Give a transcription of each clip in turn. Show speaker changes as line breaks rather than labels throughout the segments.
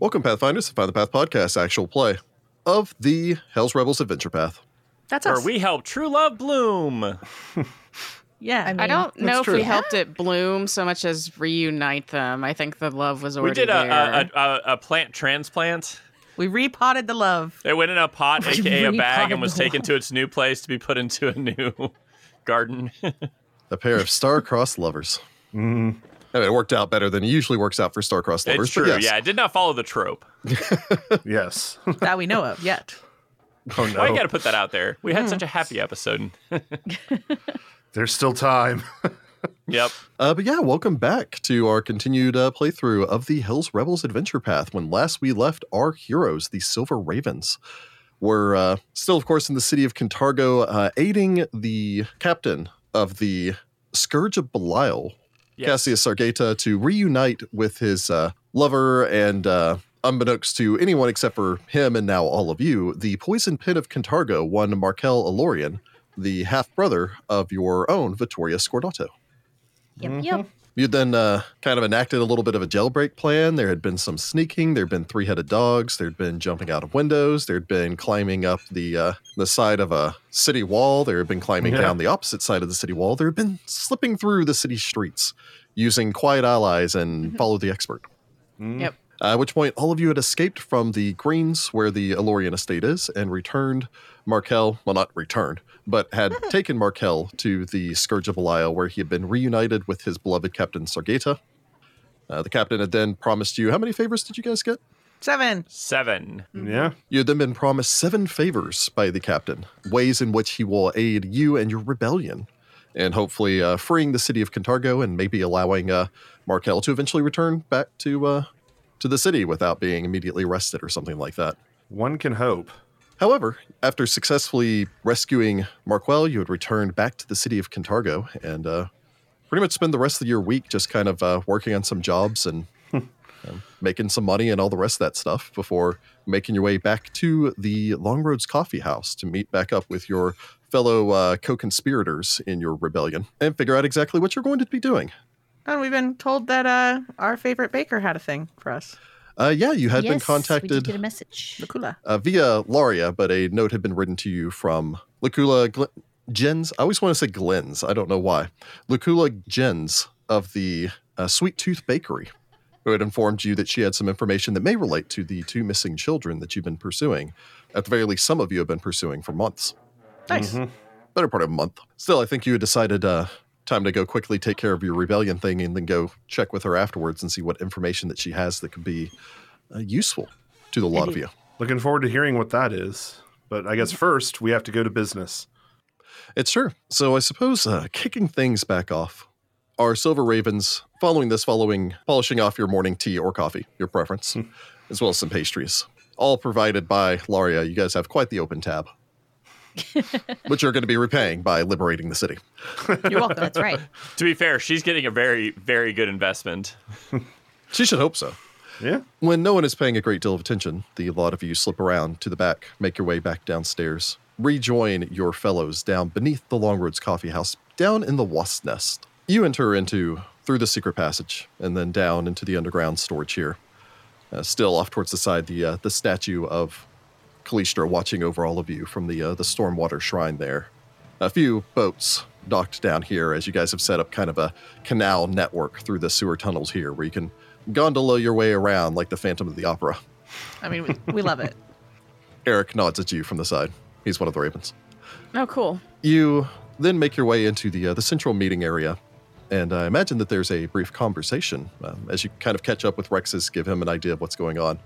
Welcome, Pathfinders, to Find the Path podcast, actual play of the Hell's Rebels Adventure Path.
That's
Or
us.
we help true love bloom.
yeah.
I mean,
I don't know if
true.
we helped it bloom so much as reunite them. I think the love was
We
already
did a,
there.
a, a, a, a plant transplant.
we repotted the love.
It went in a pot, aka a bag,
repotted
and was
the
taken to its new place to be put into a new garden.
A pair of star-crossed lovers. I mean, it worked out better than it usually works out for star-crossed lovers.
Mm-hmm. it's true.
But yes.
Yeah, it did not follow the trope.
Yes.
that we know of yet.
Oh
Why you
no.
gotta put that out there? We had such a happy episode.
There's still time.
yep.
Uh, but yeah, welcome back to our continued uh, playthrough of the Hell's Rebels Adventure Path. When last we left our heroes, the Silver Ravens, were uh, still, of course, in the city of Cantargo, uh, aiding the captain of the Scourge of Belial,
Yes.
Cassius Sargata, to reunite with his uh, lover and. Uh, Unbeknownst to anyone except for him and now all of you, the poison pit of Cantargo won Markel Alorian, the half brother of your own Vittoria Scordato.
Yep, yep.
You'd then uh, kind of enacted a little bit of a jailbreak plan. There had been some sneaking. There had been three-headed dogs. There had been jumping out of windows. There had been climbing up the uh, the side of a city wall. There had been climbing
Yeah.
down the opposite side of the city wall. There had been slipping through the city streets using quiet allies and follow the expert.
Yep.
Uh, at which point, all of you had escaped from the Greens, where the Elorian estate is, and returned Markel, well, not returned, but had taken Markel to the Scourge of Belial, where he had been reunited with his beloved Captain Sargata. Uh, the captain had then promised you, how many favors did you guys get?
Seven.
Seven.
Yeah.
You had then been promised seven favors by the captain, ways in which he will aid you and your rebellion, and hopefully uh, freeing the city of Cantargo and maybe allowing uh, Markel to eventually return back to uh, to the city without being immediately arrested or something like that.
One can hope.
However, after successfully rescuing Marquel, you had returned back to the city of Cantargo and uh, pretty much spend the rest of your week just kind of uh, working on some jobs and um, making some money and all the rest of that stuff before making your way back to the Long Roads Coffee House to meet back up with your fellow uh, co-conspirators in your rebellion and figure out exactly what you're going to be doing.
And we've been told that uh, our favorite baker had a thing for us.
Uh, yeah, you had
yes,
been
We did
contacted
get a message.
Lukula.
uh, via Laria, but a note had been written to you from Lucula Gl- Jens. I always want to say Glens. I don't know why. Lucula Jens of the uh, Sweet Tooth Bakery, who had informed you that she had some information that may relate to the two missing children that you've been pursuing. At the very least, some of you have been pursuing for months
Nice.
Mm-hmm.
better part of a month. Still, I think you had decided uh, time to go quickly take care of your rebellion thing and then go check with her afterwards and see what information that she has that could be uh, useful to the lot of you.
Looking forward to hearing what that is. But I guess first we have to go to business.
It's true. So I suppose uh, kicking things back off are Silver Ravens following this, following polishing off your morning tea or coffee, your preference, as well as some pastries, all provided by Laria. You guys have quite the open tab, which you're going to be repaying by liberating the city.
You're welcome.
That's right.
To be fair, she's getting a very, very good investment.
She should hope so.
Yeah.
When no one is paying a great deal of attention, the lot of you slip around to the back, make your way back downstairs, rejoin your fellows down beneath the Longroads Coffee House, down in the Wasp's Nest. You enter into through the secret passage and then down into the underground storage here. Uh, still off towards the side, the uh, the statue of Kalistra watching over all of you from the uh, the Stormwater Shrine there. A few boats docked down here as you guys have set up kind of a canal network through the sewer tunnels here where you can gondola your way around like the Phantom of the Opera.
I mean, we, we love it.
Eric nods at you from the side. He's one of the ravens.
Oh, cool.
You then make your way into the uh, the central meeting area, and I imagine that there's a brief conversation um, as you kind of catch up with Rexus, give him an idea of what's going on.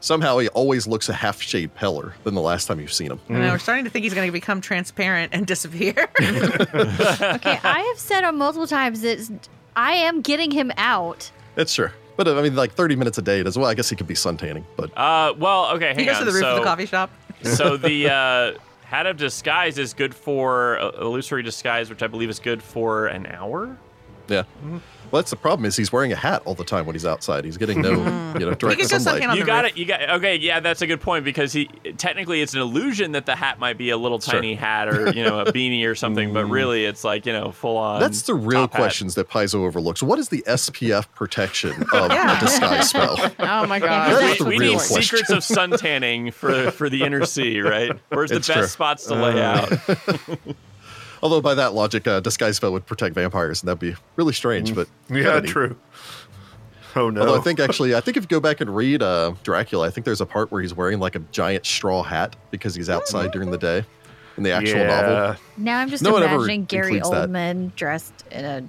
Somehow he always looks a half shade paler than the last time you've seen him.
And now we're starting to think he's going to become transparent and disappear.
Okay, I have said on multiple times that I am getting him out.
That's true. But uh, I mean, like 30 minutes a day does well. I guess he could be suntanning, but
Uh, well, okay, hang
he goes
on.
to the roof
so,
of the coffee shop.
so the uh, hat of disguise is good for uh, illusory disguise, which I believe is good for an hour.
Mm-hmm.
yeah. Well, that's the problem is he's wearing a hat all the time when he's outside. He's getting no, you know, direct
could just look
sunlight.
in on
You
the
got
roof.
it. You got okay. Yeah, that's a good point because he technically it's an illusion that the hat might be a little
Sure. Mm.
tiny hat or you know a beanie or something, but really it's like you know full on.
That's the real
top hat.
questions that Paizo overlooks. What is the SPF protection of
Yeah.
a disguise spell?
Oh my god.
That's
the
we, we
real
need
question.
secrets of suntanning for for the inner sea, right? Where's the
It's
best
true. Uh,
spots to lay out?
Although by that logic, uh, disguise spell would protect vampires, and that'd be really strange.
Mm.
But
Yeah, true. Oh no.
although I think actually, I think if you go back and read uh, Dracula, I think there's a part where he's wearing like a giant straw hat because he's outside during the day in the actual novel.
yeah.
Now I'm just
No one ever
imagining Gary
includes that.
Oldman dressed in a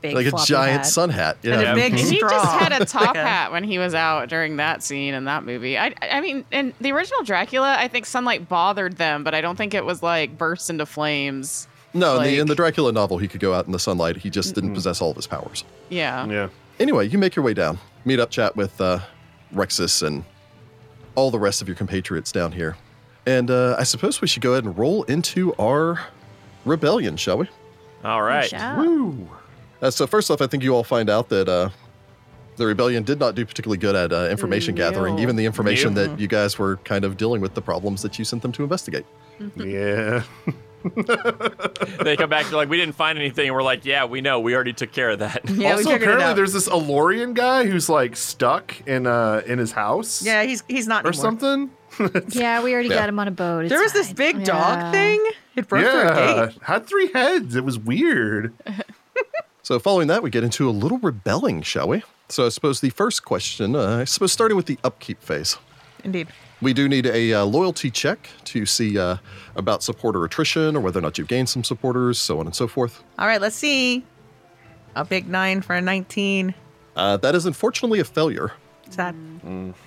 big
Like a
floppy
giant
hat.
sun hat.
And
Yeah.
a big
And he
straw.
just had a top
Like a-
hat when he was out during that scene in that movie. I, I mean, in the original Dracula, I think sunlight bothered them, but I don't think it was like burst into flames.
no, in, the, in
like-
the Dracula novel, he could go out in the sunlight. He just didn't possess all of his powers.
Yeah.
Yeah.
Anyway, you make your way down, meet up, chat with uh, Rexus and all the rest of your compatriots down here. And uh, I suppose we should go ahead and roll into our rebellion, shall we?
All right.
Shall-
Woo.
Uh, so first off, I think you all find out that uh, the rebellion did not do particularly good at uh, information
Mm,
gathering,
no.
even the information that you guys were kind of dealing with the problems that you sent them to investigate.
Yeah.
They come back. They're like, we didn't find anything. And we're like, yeah, we know. We already took care of that.
Yeah, we
also,
figured it
apparently,
out.
there's this Alorian guy who's like stuck in uh in his house.
Yeah, he's he's not
Or
anymore.
something.
Yeah, we already
Yeah.
got him on a boat.
There was
It's
this
fine.
big
Yeah.
dog thing. It broke through a
yeah.
gate.
Had three heads. It was weird.
So following that, we get into a little rebelling, shall we? So I suppose the first question, uh, I suppose starting with the upkeep phase.
Indeed.
We do need a uh, loyalty check to see uh, about supporter attrition or whether or not you've gained some supporters, so on and so forth.
All right, let's see. A big nine for a 19.
Uh, that is unfortunately a failure.
Sad.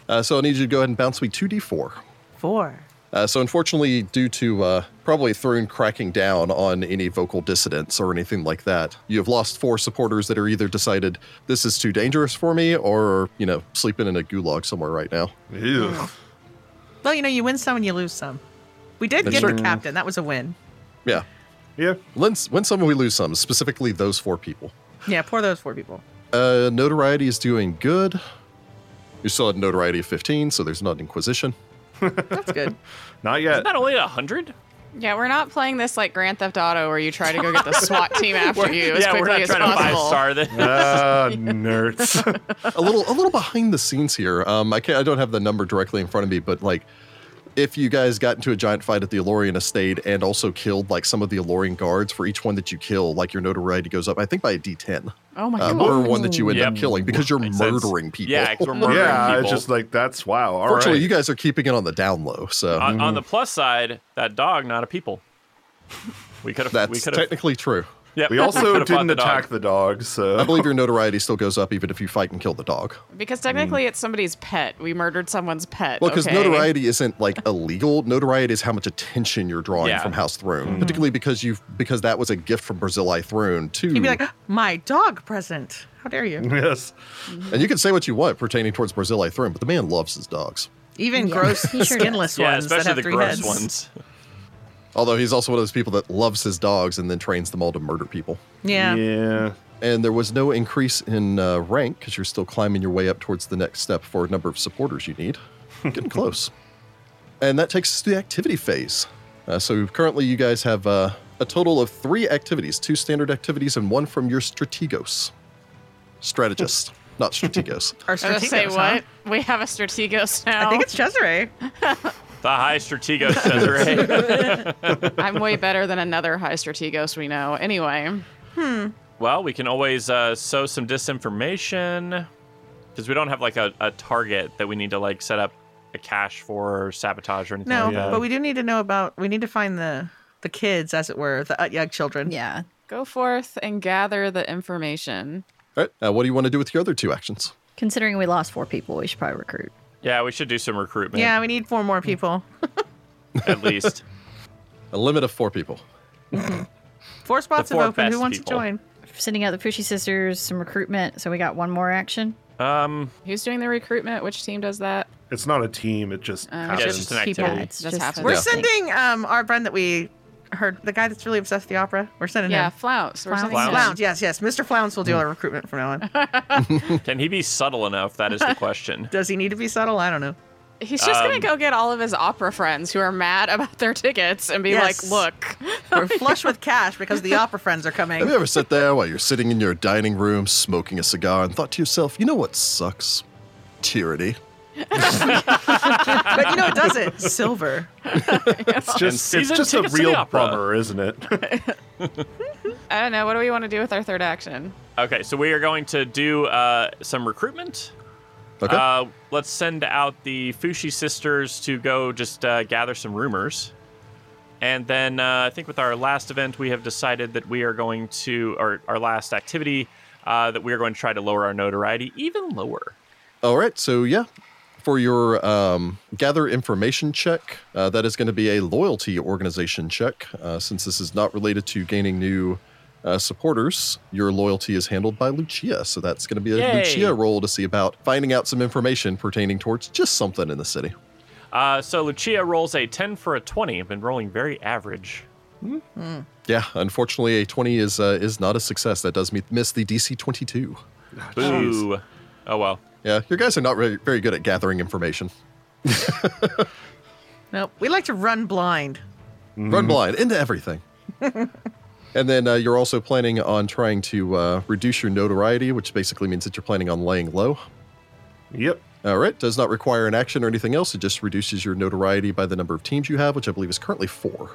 Uh, so I need you to go ahead and bounce me 2d4.
Four.
Uh, so unfortunately, due to uh, probably Throne cracking down on any vocal dissidents or anything like that, you have lost four supporters that are either decided this is too dangerous for me or, you know, sleeping in a gulag somewhere right now.
Ew.
Well, you know, you win some and you lose some. We did
That's
get
true.
the captain. That was a win.
Yeah.
Yeah.
Win, win some, we lose some, specifically those four people.
Yeah, poor those four people.
Uh, notoriety is doing good. You still had notoriety of 15, so there's not Inquisition.
That's good.
Not yet.
Not only a hundred.
Yeah, we're not playing this like Grand Theft Auto where you try to go get the SWAT team after you as
yeah, we're
quickly
not
as
trying to five
possible.
star this.
Ah, nerds.
a little a little behind the scenes here. Um, I can't I don't have the number directly in front of me, but like if you guys got into a giant fight at the Elorian estate and also killed like some of the Elorian guards for each one that you kill, like your notoriety goes up, I think by a D ten.
Oh my
Uh,
god.
per one that you end up
Yep.
killing because you're
Makes sense.
murdering people.
Yeah, 'cause we're murdering
yeah,
people.
it's just like that's wow. All
Fortunately,
right.
you guys are keeping it on the down low, so
on, on the plus side, that dog, not a people. We could have.
that's
We could have.
technically true.
Yep,
we also
could've fought
didn't
the dog. Oh.
attack the dog, so
I believe your notoriety still goes up even if you fight and kill the dog.
Because technically it's somebody's pet. We murdered someone's pet.
Well, because
okay?
notoriety isn't like illegal. Notoriety is how much attention you're drawing
Yeah.
from House Throne, particularly because you've because that was a gift from Brazili Throne to.
You'd be like, "Ah." my dog present. How dare you?
yes.
and you can say what you want pertaining towards Brazili Throne, but the man loves his dogs.
Even
Yeah,
gross,
he sure does.
skinless
Yeah,
ones that
especially
have
the
three
gross
heads.
ones.
Although he's also one of those people that loves his dogs and then trains them all to murder people.
Yeah.
Yeah.
And there was no increase in uh, rank because you're still climbing your way up towards the next step for a number of supporters you need. Getting close. And that takes us to the activity phase. Uh, so currently, you guys have uh, a total of three activities two standard activities and one from your strategos. Strategist, not strategos.
Our
I was gonna
strategos,
say
huh?
what? We have a strategos now.
I think it's Cesare.
Oh,
The high stratego Cesare.
I'm way better than another high strategos we know. Anyway.
well, we can always uh, sow some disinformation because we don't have like a, a target that we need to like set up a cache for or sabotage or anything.
No,
like that.
but we do need to know about. We need to find the the kids, as it were, the Utyug children.
Yeah.
Go forth and gather the information.
all right. Uh, what do you want to do with your other two actions?
Considering we lost four people, we should probably recruit.
Yeah, we should do some recruitment.
Yeah, we need four more people.
at least.
A limit of four people.
Four spots
four
have opened. Who
best
wants
people.
to join?
Sending out the Pushy Sisters, some recruitment. So we got one more action.
Um,
Who's doing the recruitment? Which team does that?
It's not a team. It just
Uh,
Yeah,
happens.
it's just an
people.
activity.
It just happens.
We're
Yeah.
sending um, our friend that we her, the guy that's really obsessed with the opera. We're sending
Yeah,
him.
flounce. We're sending
Flounce.
him.
Flounce, Yes, yes. Mr. Flounce will do our recruitment from now on.
Can he be subtle enough? That is the question.
Does he need to be subtle? I don't know.
He's just
Um,
gonna go get all of his opera friends who are mad about their tickets and be
Yes.
like,
We're
Oh,
"Look,
flush with cash because the opera friends are coming.
Have you ever sat there while you're sitting in your dining room smoking a cigar and thought to yourself, you know what sucks? Tyranny.
But you know it doesn't. Silver.
It's
And
just, it's
season
just a
tickets to the
real
opera.
bummer, isn't it?
I don't know. What do we want to do with our third action?
Okay, so we are going to do uh, some recruitment.
Okay.
Uh, let's send out the Fushi sisters to go just uh, gather some rumors. And then uh, I think with our last event, we have decided that we are going to, or our last activity, uh, that we are going to try to lower our notoriety even lower.
All right, so yeah, for your um, gather information check, uh, that is going to be a loyalty organization check. Uh, since this is not related to gaining new uh, supporters, your loyalty is handled by Lucia. So that's going to be a
Yay.
Lucia role to see about finding out some information pertaining towards just something in the city.
Uh, so Lucia rolls a 10 for a 20. I've been rolling very average.
Yeah, unfortunately, a twenty is uh, is not a success. That does meet, miss the DC twenty two.
Boo. Oh, well.
Yeah, your guys are not very, very good at gathering information.
Nope. We like to run blind.
run blind into everything. and then uh, you're also planning on trying to uh, reduce your notoriety, which basically means that you're planning on laying low.
yep.
All right, does not require an action or anything else. It just reduces your notoriety by the number of teams you have, which I believe is currently four.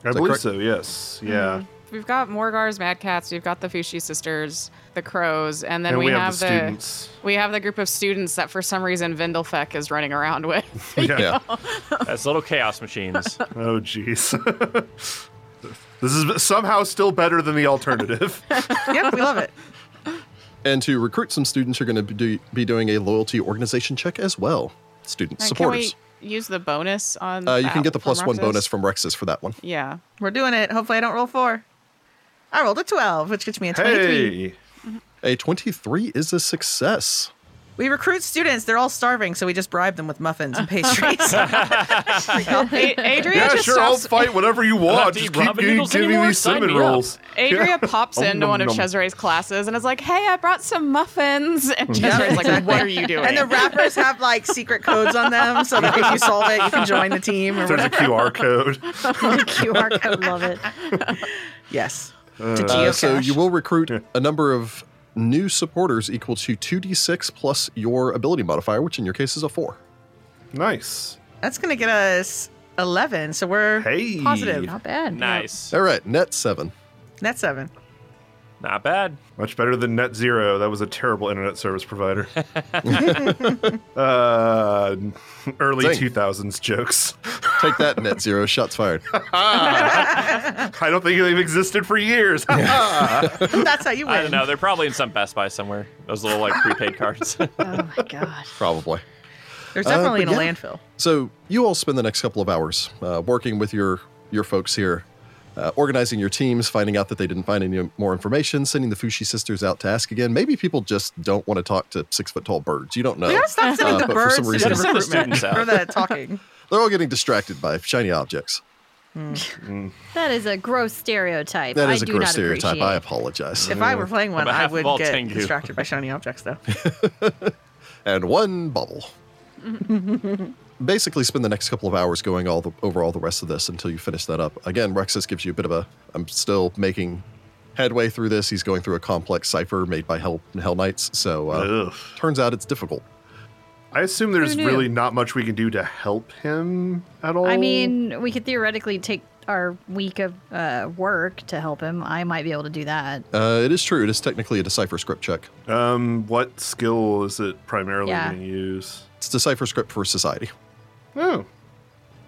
I
that
believe
correct?
so, yes. Yeah.
We've got Morgar's Mad Cats. We've got the Fushi sisters, the crows, and then
And
we,
we
have,
have the
the,
students.
We have the group of students that for some reason Vindelfeck is running around with.
Yeah.
Yeah.
That's little chaos machines.
Oh, jeez. this is somehow still better than the alternative.
Yep, we love it.
and to recruit some students, you're going to do, be doing a loyalty organization check as well. Student
Uh,
supporters.
Can we use the bonus on?
Uh, you can
that
get the
from
plus one
Roxas?
bonus from Rexus for that one.
Yeah.
We're doing it. Hopefully I don't roll four. I rolled a 12, which gets me a 23.
hey.
A 23 is a success.
We recruit students. They're all starving, so we just bribe them with muffins and pastries.
A- Adria
Yeah,
just
sure. I'll
stops.
fight whatever you
have
want.
to
Just
eat
keep
ramen
giving,
noodles anymore?
me
Sign
cinnamon
me up.
rolls.
Adria
Yeah.
pops
Om
into
nom
one of
nom.
Cesare's classes and is like, "Hey, I brought some muffins." And
Yeah,
Cesare's like,
exactly.
"What are you doing?"
and the wrappers have like secret codes on them, so that if you solve it, you can join the team or
There's a
whatever.
QR code.
QR code, love it.
Yes.
Uh,
Geocache.
so you will recruit a number of new supporters equal to 2d6 plus your ability modifier, which in your case is a 4.
Nice.
That's gonna get us eleven. So we're
Hey.
positive.
Not bad.
nice.
All right, net 7.
Net seven.
Not bad.
Much better than Net Zero. That was a terrible internet service provider. uh, early
Dang.
2000s jokes.
Take that, net 0. Shots fired.
I don't think they've existed for years.
That's how you win.
I don't know. They're probably in some Best Buy somewhere. Those little like prepaid cards.
Oh my god.
Probably.
There's
Uh,
definitely
but
in a
yeah.
landfill.
So you all spend the next couple of hours uh, working with your your folks here, uh, organizing your teams, finding out that they didn't find any more information, sending the Fushi sisters out to ask again. Maybe people just don't want to talk to six foot tall birds. You don't
Oh.
know.
We gotta stop sending
Uh,
the
but for
birds
some
to do
reason-
Gotta send the
recruitment
students out.
or the talking.
They're all getting distracted by shiny objects.
That is a gross stereotype.
That
I
is a
do
gross
not
stereotype.
Appreciate.
I apologize.
If I were playing one,
On behalf
I
of
would
all
get
Tengu.
distracted by shiny objects, though.
and one bubble. Basically, spend the next couple of hours going all the, over all the rest of this until you finish that up. Again, Rexus gives you a bit of a. I'm still making headway through this. He's going through a complex cipher made by Hell Hell Knights, so uh,
Ugh.
turns out it's difficult.
I assume there's
knew?
really not much we can do to help him at all.
I mean, we could theoretically take our week of uh, work to help him. I might be able to do that.
Uh, it is true. It is technically a decipher script check.
um, what skill is it primarily
Yeah.
going to use?
It's decipher script for society.
Oh,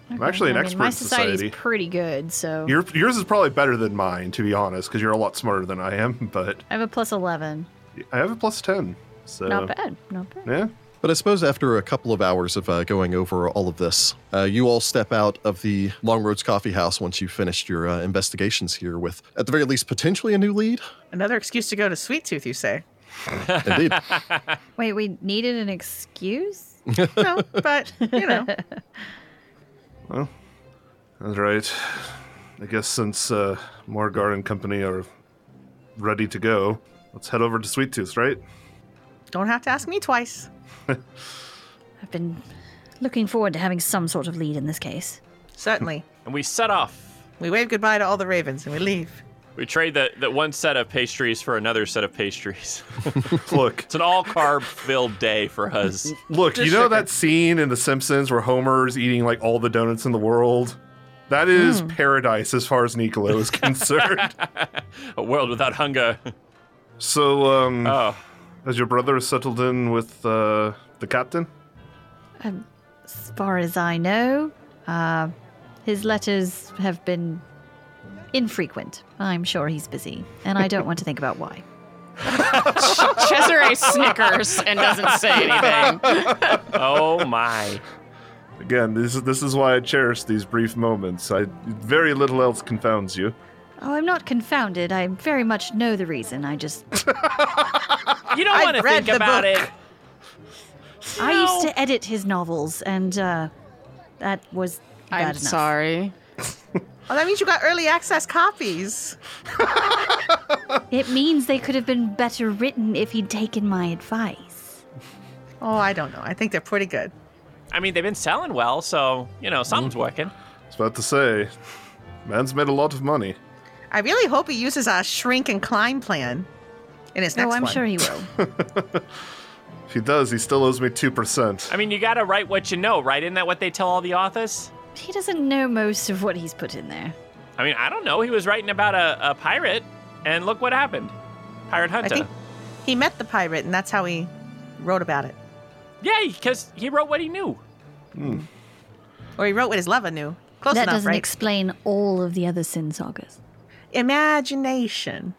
I'm actually an
I mean,
expert
my
in
society's
society.
pretty good, so
Your, yours is probably better than mine, to be honest, because you're a lot smarter than I am. But
I have a plus eleven.
I have a plus ten, so
Not bad. Not bad.
Uh, Yeah,
But I suppose after a couple of hours of uh, going over all of this, uh, you all step out of the Long Roads Coffee House once you've finished your uh, investigations here with, at the very least, potentially a new lead.
Another excuse to go to Sweet Tooth, you say?
Indeed.
Wait, we needed an excuse.
No, but you know,
that's right. I guess since uh, Morgar and company are ready to go, let's head over to Sweet Tooth, right?
Don't have to ask me twice.
I've been looking forward to having some sort of lead in this case.
Certainly.
And we set off.
We wave goodbye to all the ravens and we leave.
We trade that that one set of pastries for another set of pastries.
Look,
it's an all carb filled day for us.
Look, you
Just
know
sugar.
that scene in The Simpsons where Homer's eating like all the donuts in the world? That is paradise as far as Niccolo is concerned.
A world without hunger.
so, um,
Oh,
has your brother settled in with uh, the captain?
Um, as far as I know, uh, his letters have been infrequent. I'm sure he's busy, and I don't want to think about why.
Cesare snickers and doesn't say anything.
oh my.
Again, this is this is why I cherish these brief moments. I very little else confounds you.
Oh, I'm not confounded. I very much know the reason. I just.
You don't
I've
want to
read
think
the
about
book.
it.
I used to edit his novels, and uh, that was.
I'm
Bad enough.
sorry.
Oh, that means you got early access copies.
It means they could have been better written if he'd taken my advice.
Oh, I don't know. I think they're pretty good.
I mean, they've been selling well, so you know something's working.
I was about to say, man's made a lot of money.
I really hope he uses our shrink and climb plan in his next
oh, I'm
one.
sure he will.
If he does, he still owes me two percent.
I mean, you gotta write what you know, right? Isn't that what they tell all the authors?
he doesn't know most of what he's put in there.
I mean, I don't know. He was writing about a, a pirate, and look what happened. Pirate
I
Hunter.
think he met the pirate, and that's how he wrote about it.
Yeah, because he wrote what he knew.
Or he wrote what his lover knew. Close
that
enough,
doesn't
right?
explain all of the other sin sagas.
Imagination.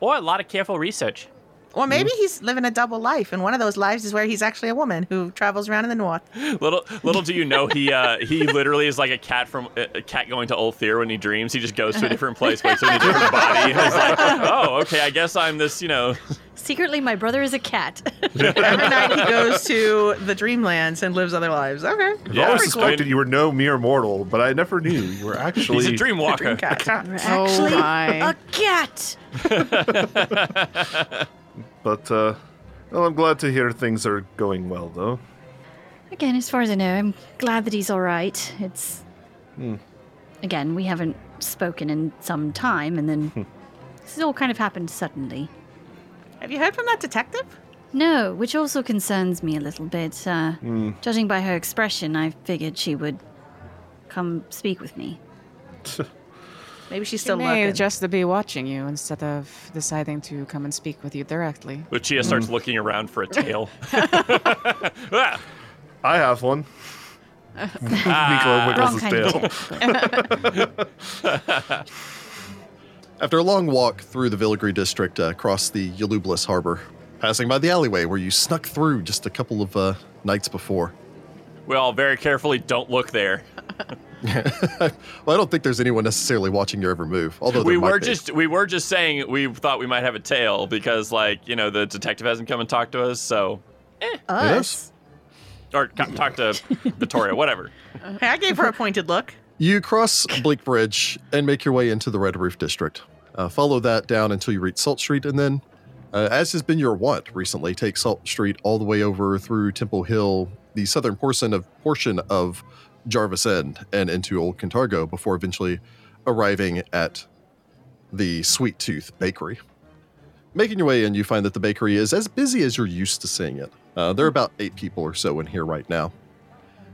Or a lot of careful research.
Or maybe he's living a double life, and one of those lives is where he's actually a woman who travels around in the north.
Little little do you know, he uh, he literally is like a cat from a cat going to Ophir when he dreams. He just goes to a different place, wakes up in a different body, and is like, oh, okay, I guess I'm this, you know.
Secretly, my brother is a cat.
Every night he goes to the dreamlands and lives other lives. Okay.
I
Yeah.
always
Very cool.
suspected you were no mere mortal, but I never knew you were actually
He's a dreamwalker.
Dreamcast.
We're
Oh
actually
my.
a cat.
But uh, well, I'm glad to hear things are going well, though.
Again, as far as I know, I'm glad that he's all right. It's
Hmm.
again, we haven't spoken in some time, and
Hmm.
then this has all kind of happened suddenly.
Have you heard from that detective?
No, which also concerns me a little bit. Uh, Judging by her expression, I figured she would come speak with me.
Maybe she's still
she may
looking.
just to be watching you instead of deciding to come and speak with you directly.
But Chia starts looking around for a tail. Ah,
I have one. Nicola
Ah, Wrong
wiggles his
kind of
tail.
detective.
After a long walk through the Villigry district uh, across the Yalublis harbor, passing by the alleyway where you snuck through just a couple of uh, nights before.
we all very carefully don't look there.
Well, I don't think there's anyone necessarily watching your every move, although there
we
might
were
be.
just we were just saying we thought we might have a tail because like you know the detective hasn't come and talked to us, so
Yes.
Us.
or co- talked to Vittoria, whatever.
Hey, I gave her a pointed look.
You cross Bleak Bridge and make your way into the Red Roof District. Uh, follow that down until you reach Salt Street, and then, uh, as has been your wont recently, take Salt Street all the way over through Temple Hill, the southern portion of portion of Jarvis End, and into Old Cantargo before eventually arriving at the Sweet Tooth Bakery. Making your way in, you find that the bakery is as busy as you're used to seeing it. Uh, there are about eight people or so in here right now.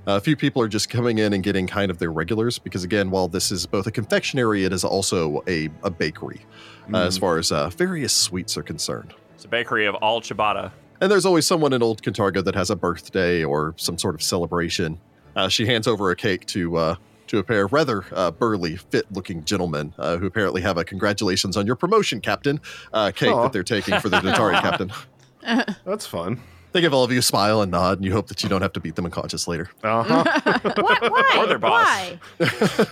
Uh, A few people are just coming in and getting kind of their regulars because, again, while this is both a confectionery, it is also a, a bakery uh, as
Mm-hmm.
far as uh, various sweets are concerned.
It's a bakery of all ciabatta.
And there's always someone in Old Cantargo that has a birthday or some sort of celebration. Uh, she hands over a cake to uh, to a pair of rather uh, burly, fit-looking gentlemen uh, who apparently have a congratulations on your promotion, Captain, uh, cake
Aw.
that they're taking for the Natari Captain.
That's fun.
They give all of you a smile and nod, and you hope that you don't have to beat them unconscious later.
Uh-huh.
Why? Why?
Or their boss.
Why?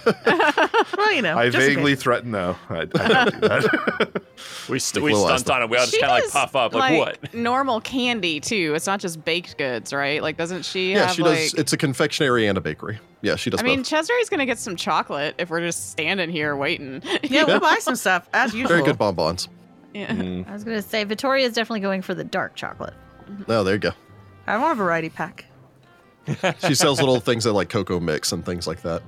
Well, you know,
I
just in
vaguely
case.
threaten. No, I, I don't do that.
We, st-
Like
we
little
stunt
asthma.
on it. We all just
She
kind of like
does,
puff up. Like, what?
Normal candy too. It's not just baked goods, right? Like, doesn't she?
Yeah,
have,
she
like,
does. It's a confectionery and a bakery. Yeah, she does
I mean,
both.
Chesney's gonna get some chocolate if we're just standing here waiting.
Yeah, we'll buy some stuff as usual.
Very good bonbons.
yeah.
Mm.
I was gonna say Victoria's definitely going for the dark chocolate.
Oh, there you go.
I want a variety pack.
She sells little things that like cocoa mix and things like that.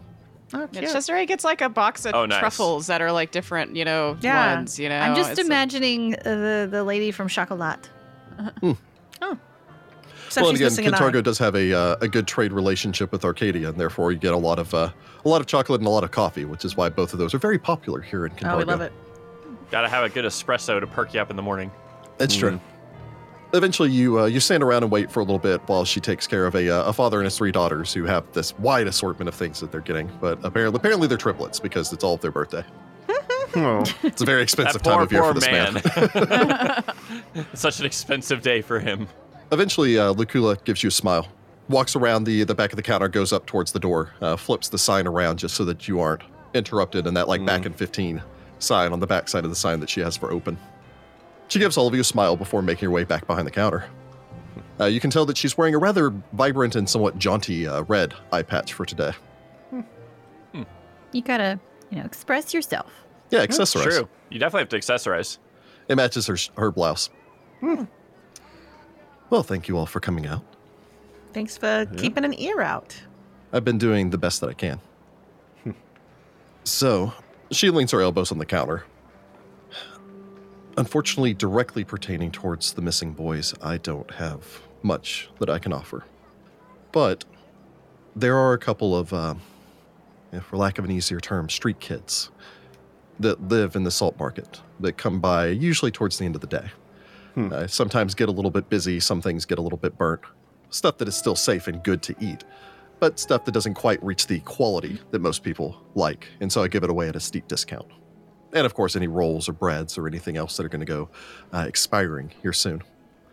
Oh,
Yeah,
cute.
Cesare gets like a box of
Oh, nice.
truffles that are like different, you know,
Yeah.
ones. You know,
I'm just
Oh, It's a-
imagining uh, the the lady from Chocolat.
Except
well,
she's
and
missing
again,
an eye.
Cantargo does have a uh, a good trade relationship with Arcadia, and therefore you get a lot of uh, a lot of chocolate and a lot of coffee, which is why both of those are very popular here in Cantargo.
Oh, we love it.
Gotta have a good espresso to perk you up in the morning.
It's
Mm.
true. Eventually, you uh, you stand around and wait for a little bit while she takes care of a, uh, a father and his three daughters who have this wide assortment of things that they're getting. But apparently, apparently they're triplets because it's all of their birthday.
Oh,
It's a very
That
expensive
poor,
time of year
poor
for this man.
It's Such an expensive day for him.
Eventually, uh, Lucula gives you a smile, walks around the, the back of the counter, goes up towards the door, uh, flips the sign around just so that you aren't interrupted, and that like back in 15 sign on the back side of the sign that she has for open. She gives all of you a smile before making her way back behind the counter. Uh, you can tell that she's wearing a rather vibrant and somewhat jaunty uh, red eye patch for today.
You gotta, you know, express yourself.
Yeah, accessorize.
True. You definitely have to accessorize.
It matches her her blouse. Well, thank you all for coming out.
Thanks for keeping an ear out.
I've been doing the best that I can. so, she leans her elbows on the counter. Unfortunately, directly pertaining towards the missing boys, I don't have much that I can offer. But there are a couple of, uh, yeah, for lack of an easier term, street kids that live in the salt market that come by usually towards the end of the day. Uh, sometimes get a little bit busy, some things get a little bit burnt. Stuff that is still safe and good to eat, but stuff that doesn't quite reach the quality that most people like. And so I give it away at a steep discount. And of course, any rolls or breads or anything else that are going to go uh, expiring here soon.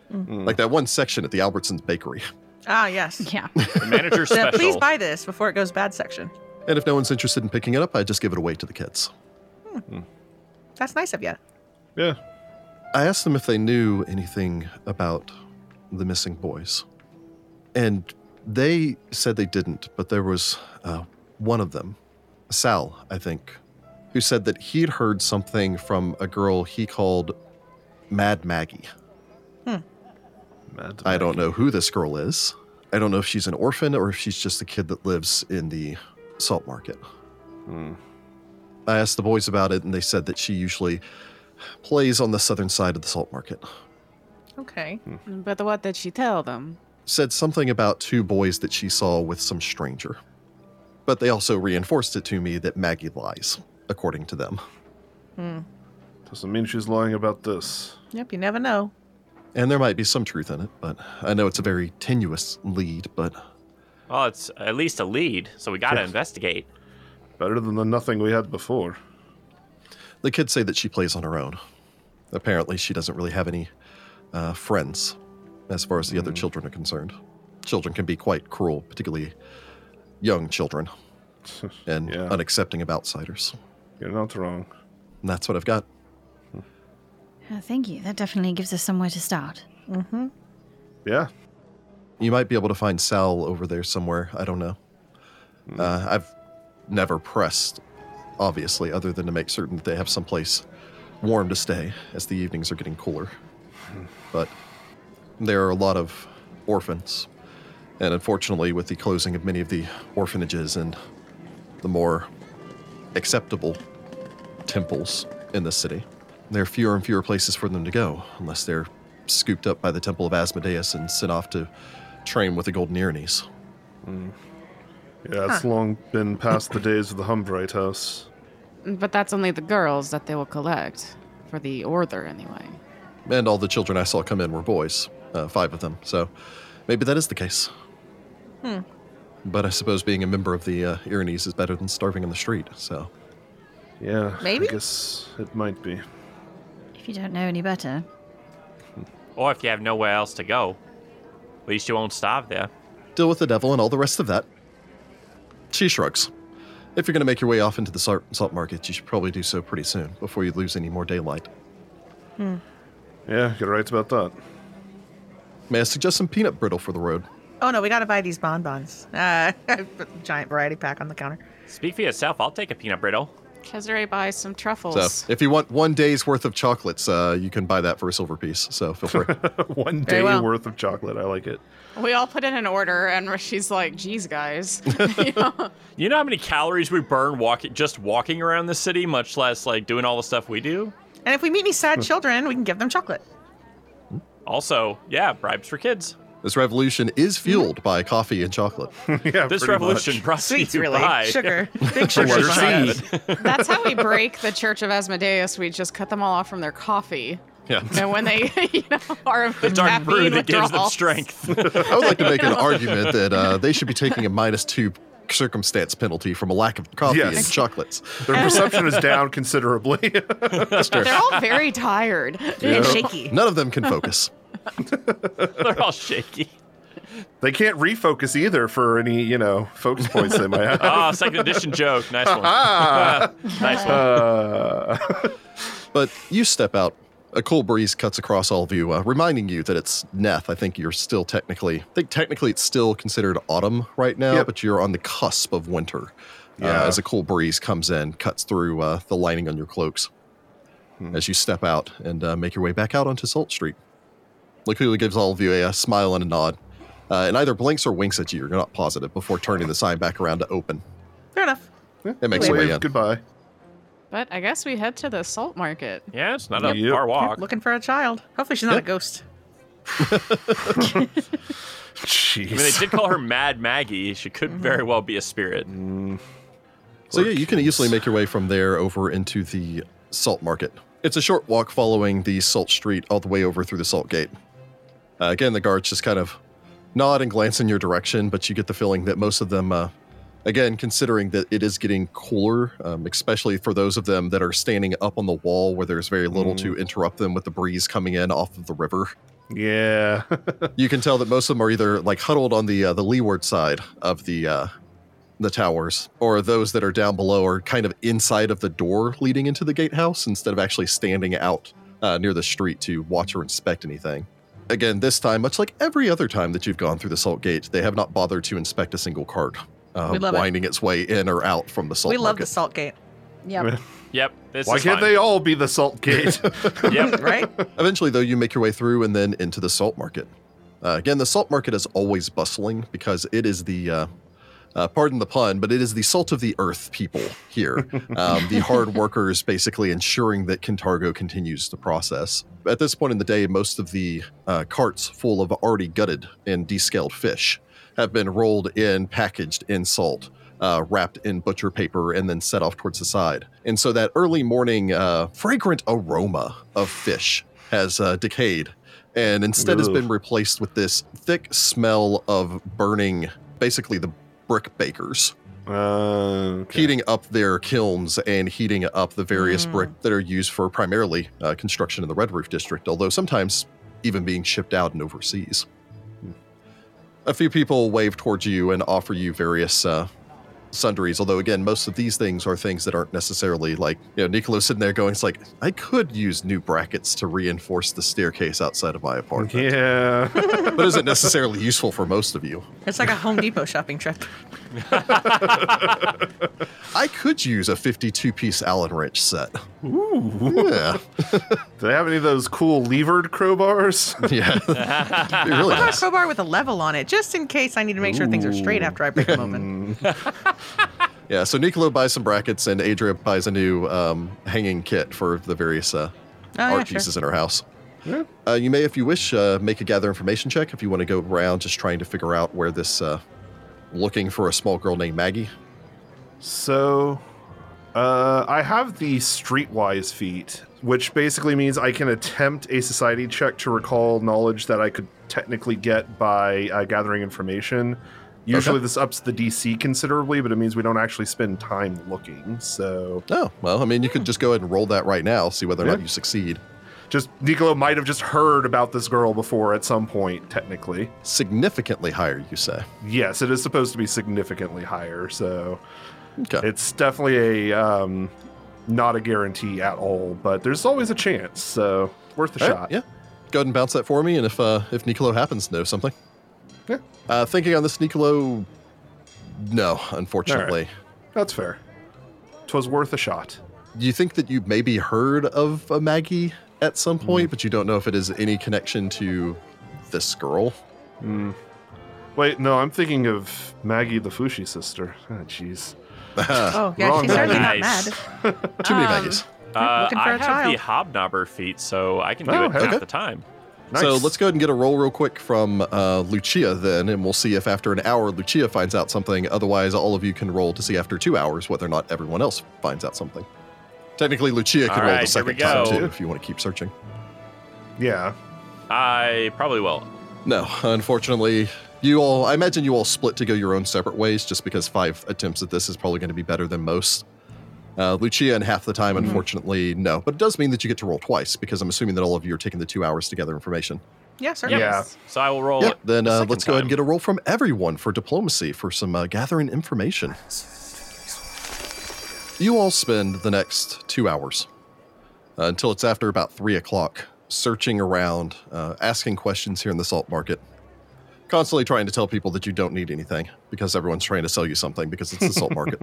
Like that one section at the Albertsons Bakery.
Ah, yes.
Yeah.
The manager
The
special.
please buy this before it goes bad section.
And if no one's interested in picking it up, I just give it away to the kids.
That's nice of you.
yeah.
I asked them if they knew anything about the missing boys. And they said they didn't, but there was uh, one of them, Sal, I think, who said that he'd heard something from a girl he called Mad Maggie.
Mad
I don't know who this girl is. I don't know if she's an orphan or if she's just a kid that lives in the salt market. I asked the boys about it, and they said that she usually plays on the southern side of the salt market.
Okay.
Mm, But the, what did she tell them?
said something about two boys that she saw with some stranger. But they also reinforced it to me that Maggie lies, according to them.
Doesn't mean she's lying about this.
Yep, you never know.
And there might be some truth in it, but I know it's a very tenuous lead, but
Well, it's at least a lead, so we gotta
Yes.
investigate.
Better than the nothing we had before.
the kids say that she plays on her own. Apparently, she doesn't really have any uh, friends as far as the other children are concerned. Children can be quite cruel, particularly young children, and
Yeah.
unaccepting of outsiders.
You're not wrong.
And that's what I've got.
Uh, thank you. That definitely gives us somewhere to start.
Yeah.
You might be able to find Sal over there somewhere. I don't know. Uh, I've never pressed, obviously, other than to make certain that they have someplace warm to stay as the evenings are getting cooler. But there are a lot of orphans. And unfortunately, with the closing of many of the orphanages and the more acceptable temples in the city, there are fewer and fewer places for them to go unless they're scooped up by the Temple of Asmodeus and sent off to train with the Golden Pyrenees.
Yeah, it's long been past the days of the Humbrite House.
Mm, But that's only the girls that they will collect for the order, anyway.
And all the children I saw come in were boys, uh, five of them. So maybe that is the case. But I suppose being a member of the uh, Pyrenees is better than starving on the street. So
Yeah.
Maybe?
I guess it might be.
If you don't know any better,
Or if you have nowhere else to go. At least you won't starve there.
deal with the devil and all the rest of that. She shrugs. If you're going to make your way off into the salt salt market, you should probably do so pretty soon before you lose any more daylight.
Yeah, you're right about that.
May I suggest some peanut brittle for the road?
Oh no, we gotta buy these bonbons. Uh, put giant variety pack on the counter.
Speak for yourself. I'll take a peanut brittle.
Kesare buys some truffles.
So, if you want one day's worth of chocolates, uh, you can buy that for a silver piece. So, feel free.
One
Very
day
well.
worth of chocolate. I like it.
we all put in an order, and she's like, "Geez, guys."
You know how many calories we burn walking just walking around the city, much less like doing all the stuff we do.
And if we meet any sad children, we can give them chocolate.
Also, yeah, bribes for kids.
this revolution is fueled by coffee and chocolate.
yeah,
This
pretty
revolution
much.
brought
Sweets,
you
really.
by
Sugar. Big sugar.
Sugar
behind
seed.
us.
That's how we break the Church of Asmodeus. We just cut them all off from their coffee,
Yeah.
and when they, you know, are of the
dark brew
caffeine
that gives them
withdrawals-
strength.
I would like to make an argument that uh, they should be taking a minus two circumstance penalty from a lack of coffee
Yes.
and chocolates.
Their perception is down considerably.
They're all very tired.
And
Yeah.
shaky.
None of them can focus.
They're all shaky.
they can't refocus either for any, you know, focus points they might have.
Ah, second edition joke. Nice one. nice one.
Uh,
But you step out. A cool breeze cuts across all of you, uh, reminding you that it's Neth. I think you're still technically, I think technically it's still considered autumn right now,
Yep.
but you're on the cusp of winter. uh,
Yeah.
as a cool breeze comes in, cuts through uh, the lining on your cloaks
Hmm.
as you step out and uh, make your way back out onto Salt Street. Lakula gives all of you a, uh, smile and a nod, uh, and either blinks or winks at you. You're not positive before turning the sign back around to open.
Fair enough.
It makes your way
wave
in.
goodbye.
But I guess we head to the salt market.
Yeah, it's not a
Yep.
far walk.
Looking for a child. Hopefully she's not a
Yep.
ghost.
I mean, they
Jeez.
did call her Mad Maggie. She could very well be a spirit.
So yeah, you can easily make your way from there over into the salt market. It's a short walk following the salt street all the way over through the salt gate. Uh, again, the guards just kind of nod and glance in your direction, but you get the feeling that most of them, uh, again, considering that it is getting cooler, um, especially for those of them that are standing up on the wall where there's very little to interrupt them with the breeze coming in off of the river
Yeah.
you can tell that most of them are either like huddled on the uh, the leeward side of the uh, the towers, or those that are down below are kind of inside of the door leading into the gatehouse instead of actually standing out uh, near the street to watch or inspect anything. Again, this time, much like every other time that you've gone through the salt gate, they have not bothered to inspect a single cart uh,
We love it.
winding its way in or out from the salt
we love the
market.
salt gate,
Yep.
Yep. This
Why
is
can't
fine.
they all be the salt gate?
Yep.
right?
Eventually, though, you make your way through and then into the salt market. Uh, again, the salt market is always bustling because it is the, uh, uh, pardon the pun, but it is the salt of the earth people here. um, the hard workers basically ensuring that Kintargo continues the process. At this point in the day, most of the uh, carts full of already gutted and descaled fish have been rolled in, packaged in salt. Uh, wrapped in butcher paper and then set off towards the side. And so that early morning uh, fragrant aroma of fish has uh, decayed and instead has
Ugh.
been replaced with this thick smell of burning, basically the brick bakers
uh, okay.
heating up their kilns and heating up the various
Mm.
brick that are used for primarily uh, construction in the Red Roof District, although sometimes even being shipped out and overseas. A few people wave towards you and offer you various uh, sundries, although again, most of these things are things that aren't necessarily like, you know, Nicolo's sitting there going, it's like, I could use new brackets to reinforce the staircase outside of my apartment,
Yeah.
but isn't necessarily useful for most of you.
It's like a Home Depot shopping trip.
I could use a 52 piece Allen wrench set.
Ooh.
Yeah.
Do they have any of those cool levered crowbars?
Yeah. Be really
I've got a
nice.
crowbar with a level on it, just in case I need to make sure things are straight after I break them open.
Yeah, so Nicolo buys some brackets and Adria buys a new um, hanging kit for the various uh,
Oh, yeah,
art
sure.
pieces in her house.
Yeah.
Uh, you may, if you wish, uh, make a gather information check if you want to go around just trying to figure out where this uh, looking for a small girl named Maggie.
So, uh, I have the Streetwise feat, which basically means I can attempt a society check to recall knowledge that I could technically get by uh, gathering information. Usually,
Okay.
this ups the DC considerably, but it means we don't actually spend time looking. So,
Oh, well, I mean, you could just go ahead and roll that right now, see whether or
Yeah.
not you succeed.
Just Niccolo might have just heard about this girl before at some point, technically.
Significantly higher, you say.
Yes, it is supposed to be significantly higher, so
Okay.
it's definitely a um, not a guarantee at all. But there's always a chance, so worth a
All right,
shot.
yeah. Go ahead and bounce that for me, and if uh, if Nicolo happens to know something.
Yeah.
Uh, thinking on this, Nicolo. No, unfortunately.
that's fair. 'Twas worth a shot.
You think that you maybe heard of a Maggie at some point,
Hmm.
but you don't know if it is any connection to this girl.
Wait, no, I'm thinking of Maggie the Fushi sister. Ah, jeez.
Oh, yeah,
Wrong
she's certainly
Nice.
not mad.
Too many
Um,
Maggies.
Uh,
looking for
I
a
have
child.
the hobnobber feat, so I can do
Oh,
it
hey.
half
Okay.
the time.
So let's go ahead and get a roll real quick from uh, Lucia then, and we'll see if after an hour Lucia finds out something. Otherwise, all of you can roll to see after two hours whether or not everyone else finds out something. Technically, Lucia
All
can roll
right,
the
here
second
we
time
go.
too if you want to keep searching.
Yeah.
I probably will.
No, unfortunately, you all. I imagine you all split to go your own separate ways, just because five attempts at this is probably going to be better than most. Uh, Lucia and half the time, unfortunately, no. But it does mean that you get to roll twice because I'm assuming that all of you are taking the two hours to gather information.
Yeah, certainly.
Yeah.
So I will roll
Yeah,
it.
then
the
uh,
second
let's go ahead and
time.
get a roll from everyone for diplomacy for some uh, gathering information. You all spend the next two hours uh, until it's after about three o'clock searching around, uh, asking questions here in the salt market, constantly trying to tell people that you don't need anything because everyone's trying to sell you something because it's the salt market.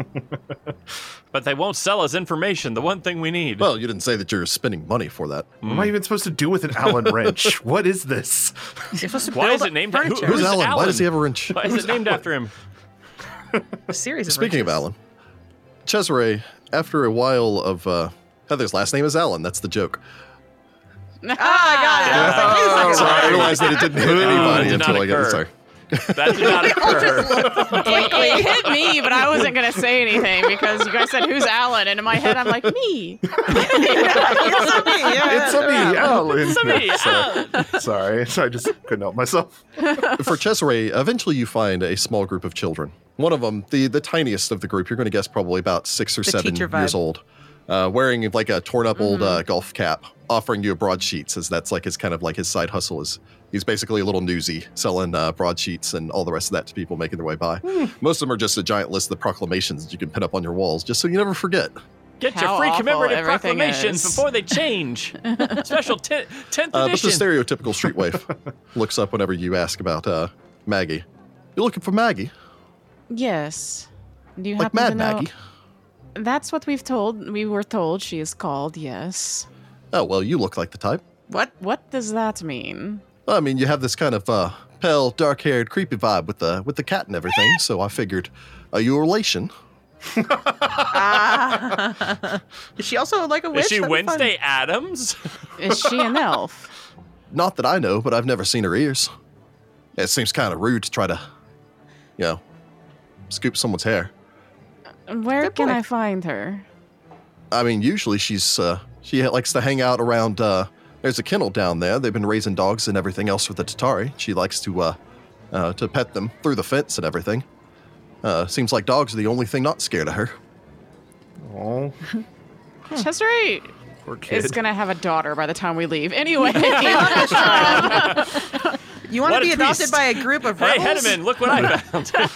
But they won't sell us information, the one thing we need.
well, you didn't say that you're spending money for that.
What am I even supposed to do with an Allen wrench? what is this?
You're supposed to
Why is
build
it named- who-
furniture.
Who's
Who's
Alan? Why
Alan?
does he have a wrench?
Why is it named after him?
a series of
Speaking of
wrenches.
Alan, Cesare, after a while of uh, Heather's last name is Alan. That's the joke.
Ah, I got it. I
Oh,
was like, wait a
So
second.
I realized that it didn't hit anybody
Oh, Did not
until I got
occur.
sorry.
That did not occur.
It, it hit me, but I wasn't gonna say anything because you guys said who's Alan, and in my head I'm like me.
It's a me, yeah.
it's a me, Allen.
It's a me,
Sorry. sorry, I just couldn't help myself.
For Cesare, eventually you find a small group of children. One of them, the the tiniest of the group, you're going to guess probably about six or
The
seven
teacher
years
vibe. Mm-hmm.
old, uh, wearing like a torn up old uh, golf cap, offering you broadsheets as that's like his kind of like his side hustle is. He's basically a little newsy, selling uh, broadsheets and all the rest of that to people making their way by.
Hmm.
Most of them are just a giant list of the proclamations that you can pin up on your walls, just so you never forget.
Get
How
your free
awful
commemorative
everything
proclamations
is.
before they change. Special 10th edition.
Uh, but the stereotypical street wave looks up whenever you ask about uh, Maggie. You're looking for Maggie,
Yes. Do you
like
happen
Mad
to know?
Maggie.
That's what we've told. We were told she is called. Yes.
Oh well, you look like the type.
What?
What does that mean?
I mean, you have this kind of uh, pale, dark-haired, creepy vibe with the with the cat and everything. So I figured, are you a relation?
Ah. Is she also like a witch?
Is she
That'd be fun.
Wednesday Adams?
Is she an elf?
Not that I know, but I've never seen her ears. It seems kind of rude to try to, you know, scoop someone's hair.
Where
Good
can
boy.
I find her?
I mean, usually she's uh, she likes to hang out around. Uh, there's a kennel down there. They've been raising dogs and everything else for the Tatari. She likes to uh, uh, to pet them through the fence and everything. Uh, seems like dogs are the only thing not scared of her.
Oh,
Cesare
poor kid.
is gonna have a daughter by the time we leave. Anyway,
You want
What
to
a
be adopted
twist.
by a group of
Hey,
rebels?
Hedeman, look what I found.
I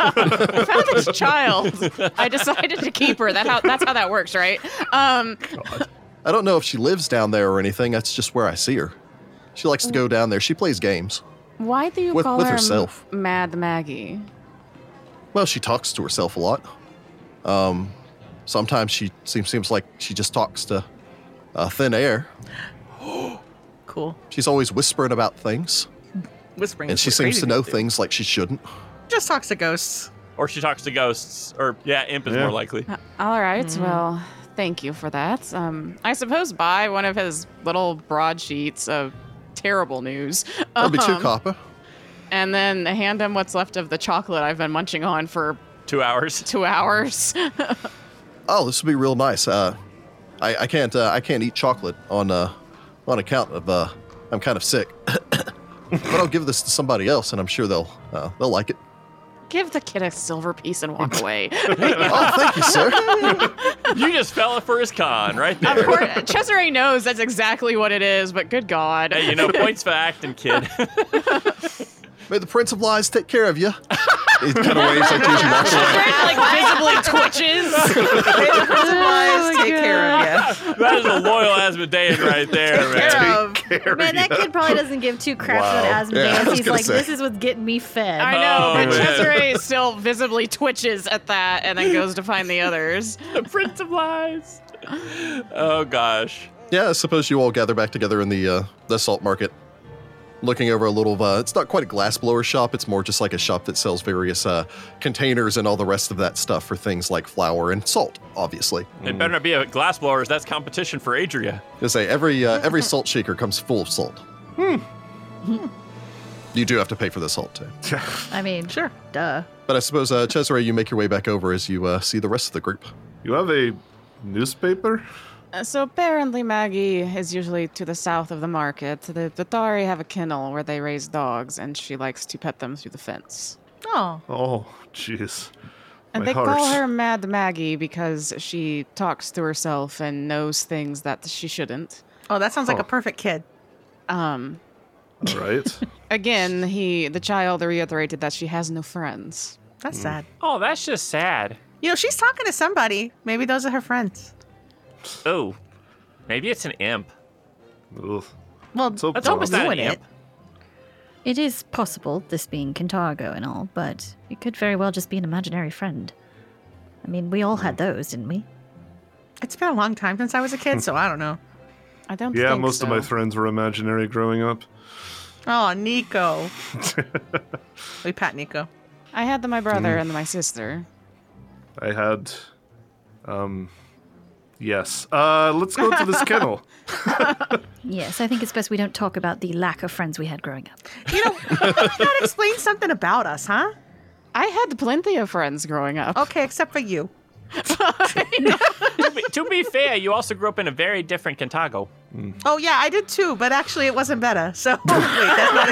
found this child. I decided to keep her. That how that's how that works, right? Um,
I don't know if she lives down there or anything. That's just where I see her. She likes to go down there. She plays games.
why do you
With-
call
with
her M-
herself.
Mad Maggie?
Well, she talks to herself a lot. Um, sometimes she seems seems like she just talks to uh, thin air.
Cool.
She's always whispering about things,
Whispering.
and
is
she
what
seems
crazy
to know
people do.
things like she shouldn't.
Just talks to ghosts.
or she talks to ghosts. Or, yeah, Imp is
Yeah.
more likely.
All right.
Mm.
Well, thank you for that. Um, I suppose buy one of his little broadsheets of terrible news.
That'll be two
Um,
copper.
and then hand him what's left of the chocolate I've been munching on for
Two hours.
two hours.
Oh, this would be real nice. Uh, I, I can't uh, I can't eat chocolate on uh, on account of uh, I'm kind of sick. but I'll give this to somebody else, and I'm sure they'll uh, they'll like it.
give the kid a silver piece and walk away.
oh, thank you, sir.
You just fell for his con right there.
of course, Cesare knows that's exactly what it is, but good God.
Hey, you know, points for acting, kid.
May the Prince of Lies take care of you. He kind of waves like as you walk away.
like visibly twitches.
Hey, the prison
Oh
wives,
my
take care of you.
that is a loyal Asmodean right there, man.
Care of.
Care
Man, that
ya.
kid probably doesn't give two craps
Wow.
about
Yeah, I
Asmodeus.
was
He's
gonna
like,
say.
this is what's getting me fed.
I know,
Oh,
but
man.
Cesare still visibly twitches at that and then goes to find the others.
The Prince of Lies. Oh gosh.
Yeah, I suppose you all gather back together in the uh, the salt market, looking over a little. Uh, it's not quite a glassblower shop. It's more just like a shop that sells various uh, containers and all the rest of that stuff for things like flour and salt. Obviously,
It better not be a glass blowers. That's competition for Adria.
you say every uh, every salt shaker comes full of salt. Hmm. You do have to pay for the salt too.
I mean,
Sure.
duh.
But I suppose uh, Cesare, you make your way back over as you uh, see the rest of the group.
You have a newspaper?
Uh, So apparently, Maggie is usually to the south of the market. The Tatari have a kennel where they raise dogs, and she likes to pet them through the fence.
Oh.
Oh, jeez.
And
My
they
heart.
call her Mad Maggie because she talks to herself and knows things that she shouldn't.
Oh, that sounds like a perfect kid.
Um,
All right.
again, he the child reiterated that she has no friends.
That's
Mm.
sad.
Oh, that's just sad.
You know, she's talking to somebody. Maybe those are her friends.
Oh, maybe it's an imp.
Ugh.
Well,
So
Let's
Don't
hope it's
be
not an
ruin it.
imp.
It is possible, this being Kintargo and all, but it could very well just be an imaginary friend. I mean, we all had those, didn't we?
It's been a long time since I was a kid, so I don't know.
I don't.
Yeah,
think
most of my
so.
friends were imaginary growing up.
Oh, Nico. we pat Nico.
I had the, my brother
Hmm.
and my sister.
I had. Um. Yes. Uh, let's go to this kennel.
Yes, I think it's best we don't talk about the lack of friends we had growing up.
You know, that explains something about us, huh?
I had plenty of friends growing up.
Oh.
Okay, except for you.
to, be, to be fair, you also grew up in a very different Kentago.
Oh yeah, I did too, but actually it wasn't better. So wait, that's not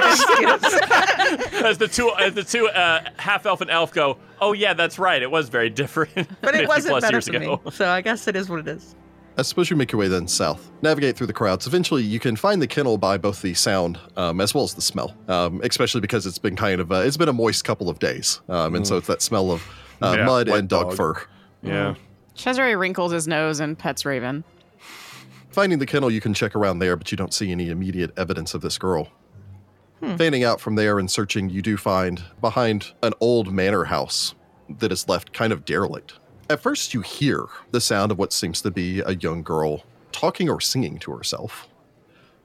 an excuse.
As the two, as the two uh, half elf and elf go. Oh yeah, that's right. It was very different.
But
50
it wasn't
plus
better
years
for
ago.
me. So I guess it is what it is.
I suppose you make your way then south, navigate through the crowds. Eventually, you can find the kennel by both the sound um, as well as the smell, um, especially because it's been kind of uh, it's been a moist couple of days, um, and so it's that smell of uh,
Hmm. Yeah,
mud
wet
and dog,
dog.
fur.
Mm.
Yeah.
Cesare wrinkles his nose and pets Raven.
Finding the kennel, you can check around there, but you don't see any immediate evidence of this girl. Fanning out from there and searching, you do find behind an old manor house that is left kind of derelict. At first, you hear the sound of what seems to be a young girl talking or singing to herself.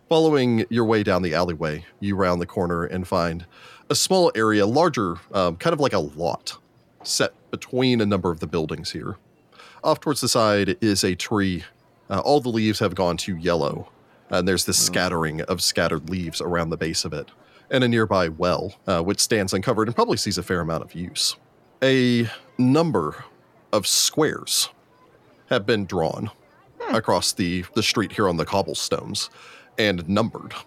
Following your way down the alleyway, you round the corner and find a small area, larger, um, kind of like a lot, set between a number of the buildings here. Off towards the side is a tree. Uh, all the leaves have gone to yellow, and there's this scattering of scattered leaves around the base of it, and a nearby well, uh, which stands uncovered and probably sees a fair amount of use. A number of squares have been drawn across the, the street here on the cobblestones and numbered.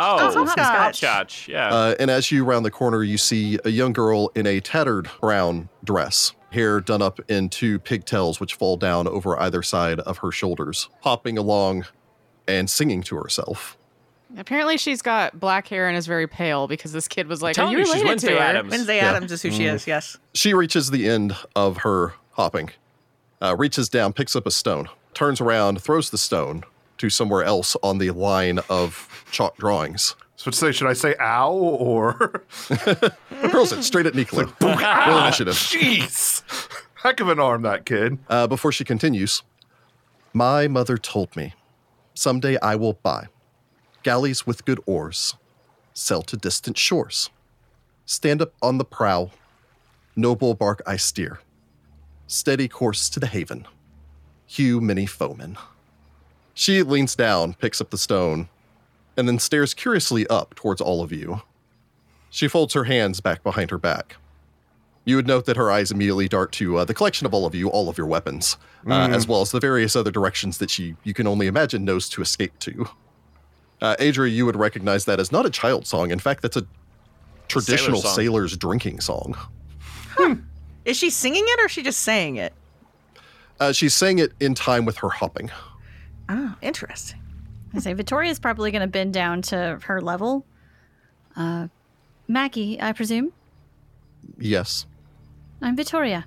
Oh,
Oh, hopscotch.
hopscotch. Yeah.
Uh, and as you round the corner, you see a young girl in a tattered brown dress, hair done up in two pigtails which fall down over either side of her shoulders, hopping along and singing to herself.
Apparently, she's got black hair and is very pale because this kid was like,
Tell
"Are you
me she's
related
Wednesday
to her?"
Addams.
Wednesday
Yeah.
Adams is who she
Mm.
is, yes.
She reaches the end of her hopping, uh, reaches down, picks up a stone, turns around, throws the stone to somewhere else on the line of chalk drawings.
So say, should I say ow or
Hurls it straight at Niklo. Roll initiative.
jeez? Heck of an arm, that kid.
uh, before she continues. My mother told me, someday I will buy galleys with good oars, sail to distant shores, stand up on the prow, noble bark I steer, steady course to the haven, hew many foemen. She leans down, picks up the stone, and then stares curiously up towards all of you. She folds her hands back behind her back. You would note that her eyes immediately dart to uh, the collection of all of you, all of your weapons, uh, as well as the various other directions that she, you can only imagine, knows to escape to. Uh, Adria, you would recognize that as not a child song. In fact, that's a traditional
song.
sailor's drinking song.
Is she singing it or is she just saying it?
Uh, she's saying it in time with her hopping.
Oh, interesting.
I say Victoria's probably going to bend down to her level. Uh, Maggie, I presume.
Yes.
I'm Victoria.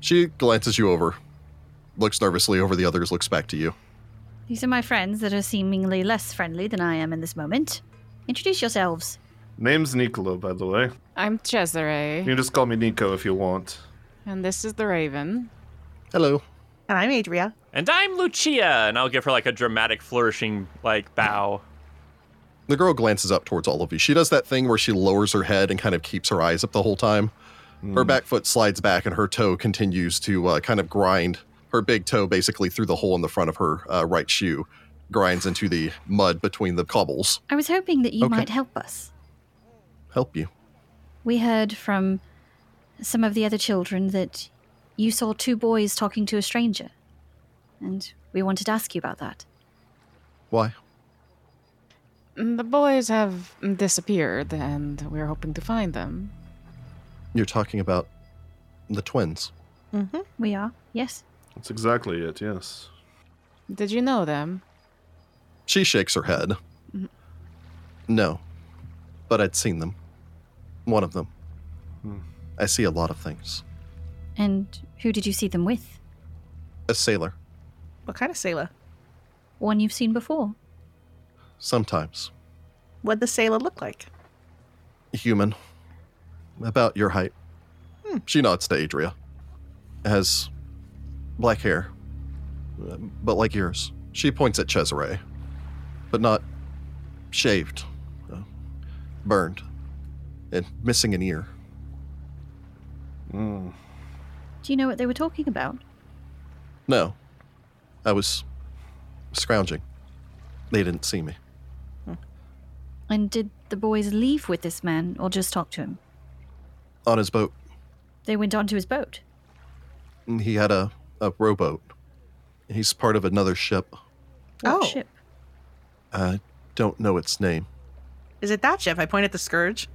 She glances you over, looks nervously over the others, looks back to you.
These are my friends that are seemingly less friendly than I am in this moment. Introduce yourselves.
Name's Nicolo, by the way.
I'm Cesare,
You can just call me Nico if you want.
and this is the Raven.
Hello.
And I'm Adria.
And I'm Lucia, and I'll give her like a dramatic flourishing like bow.
The girl glances up towards all of you. She does that thing where she lowers her head and kind of keeps her eyes up the whole time. Her back foot slides back and her toe continues to uh, kind of grind her big toe basically through the hole in the front of her uh, right shoe, grinds into the mud between the cobbles.
I was hoping that you
Okay.
might help us.
Help you.
We heard from some of the other children that you saw two boys talking to a stranger, and we wanted to ask you about that.
Why?
The boys have disappeared, and we're hoping to find them.
You're talking about the twins.
We are, yes.
That's exactly it, yes.
Did you know them?
She shakes her head. No, but I'd seen them. One of them. I see a lot of things.
And who did you see them with?
A sailor,
What kind of sailor?
One you've seen before.
sometimes.
What'd the sailor look like?
Human. About your height. She nods to Adria. Has black hair, uh, but like yours. She points at Cesare, but not shaved, uh, burned, and missing an ear.
Do you know what they were talking about?
No. I was scrounging. They didn't see me.
And did the boys leave with this man or just talk to him?
On his boat,
They went onto his boat.
he had a, a rowboat. He's part of another ship.
What
Oh.
ship?
I don't know its name.
Is it that ship? I point at the scourge.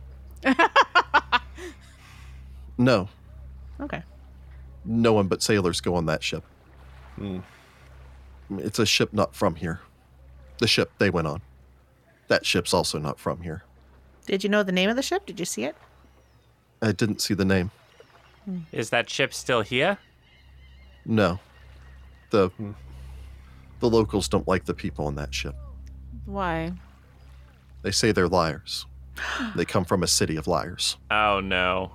No,
Okay.
no one but sailors go on that ship. Hmm. It's a ship not from here. The ship they went on. That ship's also not from here.
Did you know the name of the ship? Did you see it?
I didn't see the name.
Is that ship still here?
No. The the locals don't like the people on that ship.
Why?
They say they're liars. they come from a city of liars.
Oh no.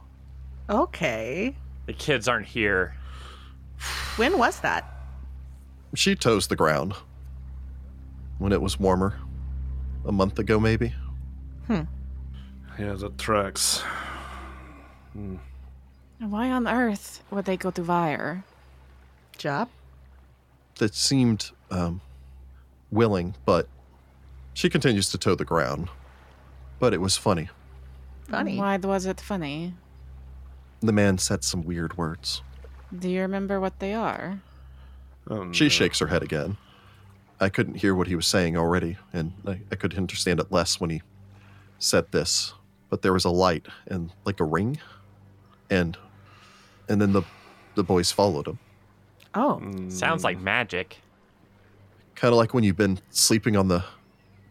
Okay.
The kids aren't here.
When was that?
She toes the ground. When it was warmer, a month ago maybe.
Yeah, that tracks.
Why on earth would they go to Vire?
Job?
That seemed um, willing, but she continues to toe the ground. But it was funny.
Funny.
Why was it funny?
The man said some weird words.
Do you remember what they are?
Um,
She shakes her head again. I couldn't hear what he was saying already, and I, I could understand it less when he said this. But there was a light and like a ring, and and then the the boys followed him.
Oh.
Mm.
Sounds like magic.
kind of like when you've been sleeping on the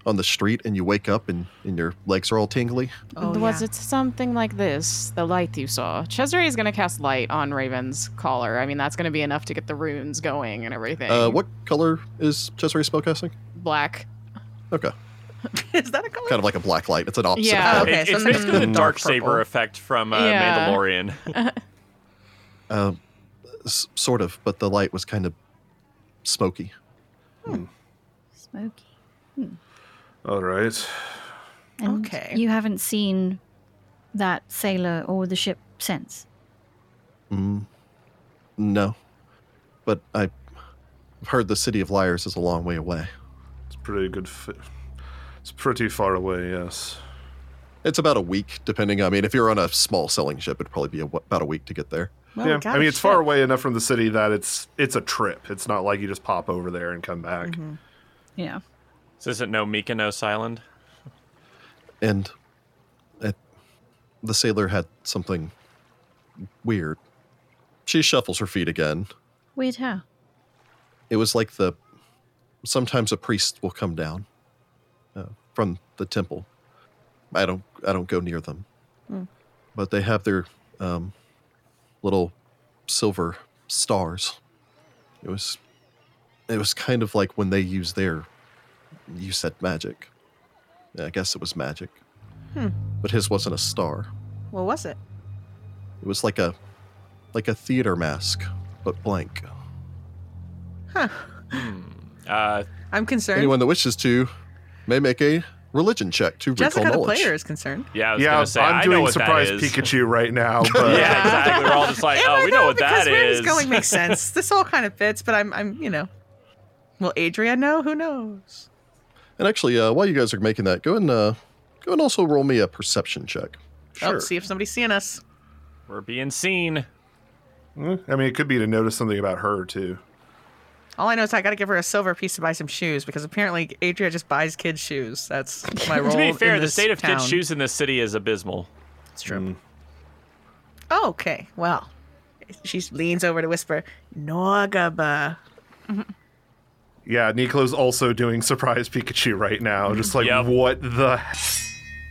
on the street and you wake up and, and your legs are all tingly
oh
was
yeah.
it something like this? The light you saw. Cesare is gonna cast light on Raven's collar. I mean, that's gonna be enough to get the runes going and everything.
uh, what color is cesare spellcasting
Black.
okay
Is that a color?
kind of like a black light it's an opposite
Yeah.
of color.
Okay,
It-
so
it's
then-
basically the dark
Purple.
saber effect from uh,
Yeah.
Mandalorian.
Um, s- sort of but the light was kind of smoky
Smoky.
All right.
And
Okay.
You haven't seen that sailor or the ship since.
no but i've heard the city of liars is a long way away
It's pretty good. Fi- it's pretty far away, yes.
it's about a week depending i mean if you're on a small sailing ship it'd probably be a, about a week to get there
Well,
yeah,
we got
I mean
a
it's far
ship.
away enough from the city that it's it's a trip. It's not like you just pop over there and come back.
Yeah.
This isn't no Mykonos Island.
and it, the sailor had something weird. She shuffles her feet again.
Weird how.
It was like the sometimes a priest will come down uh, from the temple. I don't I don't go near them,
Hmm.
but they have their um, little silver stars. It was it was kind of like when they use their you said magic. Yeah, I guess it was magic,
Hmm.
but his wasn't a star.
What was it?
It was like a like a theater mask, but blank.
Huh.
Uh,
I'm concerned.
Anyone that wishes to may make a religion check to
Jessica,
recall
the
knowledge.
player, is concerned.
yeah, I was
yeah,
gonna say I
I'm
know
doing
what that
surprise
is.
Pikachu right now, but
Yeah, exactly. We're all just like,
Am
oh,
I,
we
though?
know what
because
that
where he's
is.
going makes sense. This all kind of fits, but I'm, I'm, you know. Will Adria know? Who knows?
And actually, uh, while you guys are making that, go and uh, go and also roll me a perception check.
Oh, see if somebody's seeing us.
We're being seen.
Mm, I mean, it could be to notice something about her too.
All I know is I got to give her a silver piece to buy some shoes because apparently Adria just buys kids' shoes. That's my role.
To be fair,
in
the
this
state of
town.
kids' shoes in this city is abysmal.
It's true. Oh, okay. Well, she leans over to whisper, Norgaba.
Yeah, Nico's also doing surprise Pikachu right now. Just like,
Mm-hmm. Yep.
what the?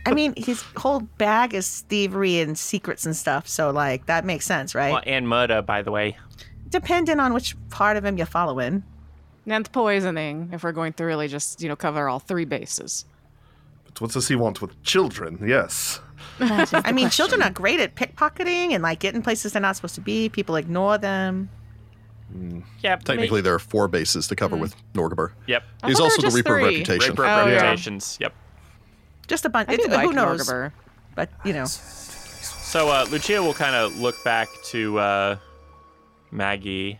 I mean, his whole bag is thievery and secrets and stuff. So, like, that makes sense, right?
Well, and murder, by the way.
Depending on which part of him you follow in.
And poisoning, if we're going to really just, you know, cover all three bases.
What does he want with children? Yes.
That is the
I mean, children
question.
are great at pickpocketing and, like, getting places they're not supposed to be. People ignore them.
Yeah, but
Technically, there are four bases to cover with Norgaber.
ma- yep.
I
He's also
Hmm. thought there were
the
just
Reaper of
three.
Reputation.
Rape
Oh, yeah.
representations. Yep.
Just a bunch.
I do
It's,
like
who knows?
Norgaber.
But, you know,
So uh, Lucia will kind of look back to uh, Maggie.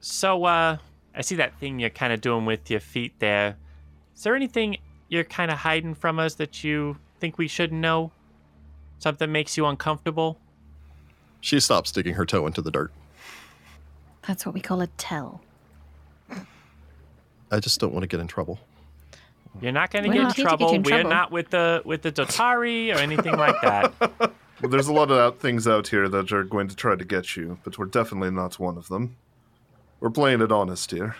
So uh, I see that thing you're kind of doing with your feet there. Is there anything you're kind of hiding from us that you think we should know? Something makes you uncomfortable?
She stops digging her toe into the dirt.
That's what we call a tell.
I just don't want to get in trouble.
You're not going
We're
get in
not here to get you
trouble.
in
We're
trouble.
not with the with the Dotari or anything like that.
Well, there's a lot of things out here that are going to try to get you, but we're definitely not one of them. We're playing it honest here.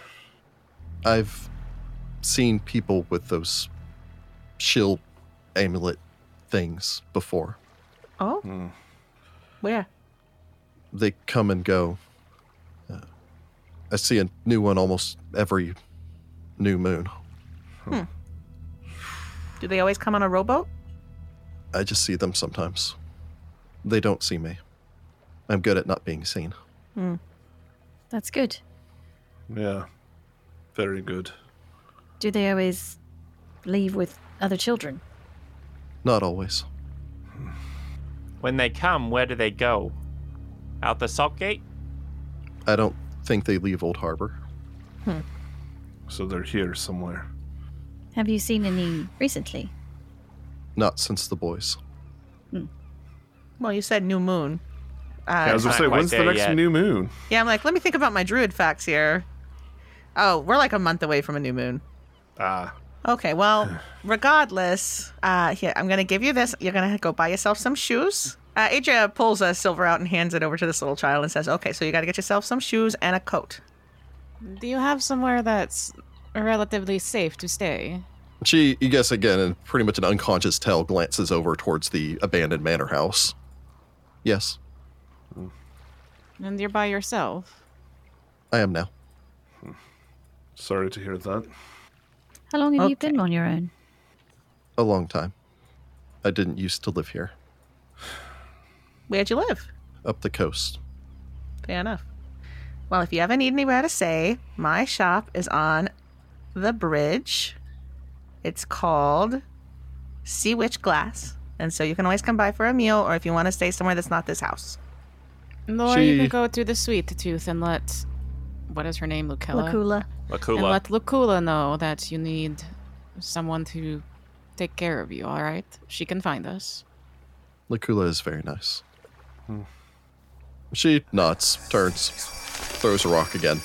I've seen people with those shield amulet things before.
oh, where?
They come and go. Uh, I see a new one almost every new moon.
Do they always come on a rowboat?
I just see them sometimes. They don't see me. I'm good at not being seen.
That's good.
Yeah. Very good.
Do they always leave with other children?
Not always.
When they come, where do they go? Out the salt gate?
I don't think they leave Old Harbor.
So they're here somewhere.
Have you seen any recently?
Not since the boys.
Well, you said new moon.
yeah, I
Uh,
was going
not
to say,
quite
when's the
there
next
yet.
new moon?
yeah, I'm like, let me think about my druid facts here. Oh, we're like a month away from a new moon.
Ah.
Okay, well, regardless, uh, here, I'm going to give you this. You're going to go buy yourself some shoes. Uh, Adria pulls a silver out and hands it over to this little child and says, okay, so you got to get yourself some shoes and a coat.
Do you have somewhere that's relatively safe to stay?
She, you guess again, and pretty much an unconscious tell glances over towards the abandoned manor house. Yes,
And you're by yourself.
I am now.
Sorry to hear that.
How long have you
Okay.
been on your own?
A long time. I didn't used to live here.
Where'd you live?
Up the coast.
Fair enough. Well, if you ever need anywhere to stay, my shop is on the bridge. It's called Sea Witch Glass. And so you can always come by for a meal or if you want to stay somewhere that's not this house.
Or you
She-
can go to the sweet tooth and let what is her name, Lucilla?
Lakula.
And
Lakula.
let Lucula know that you need someone to take care of you, all right? She can find us.
Lakula is very nice. She nods, turns, throws a rock again,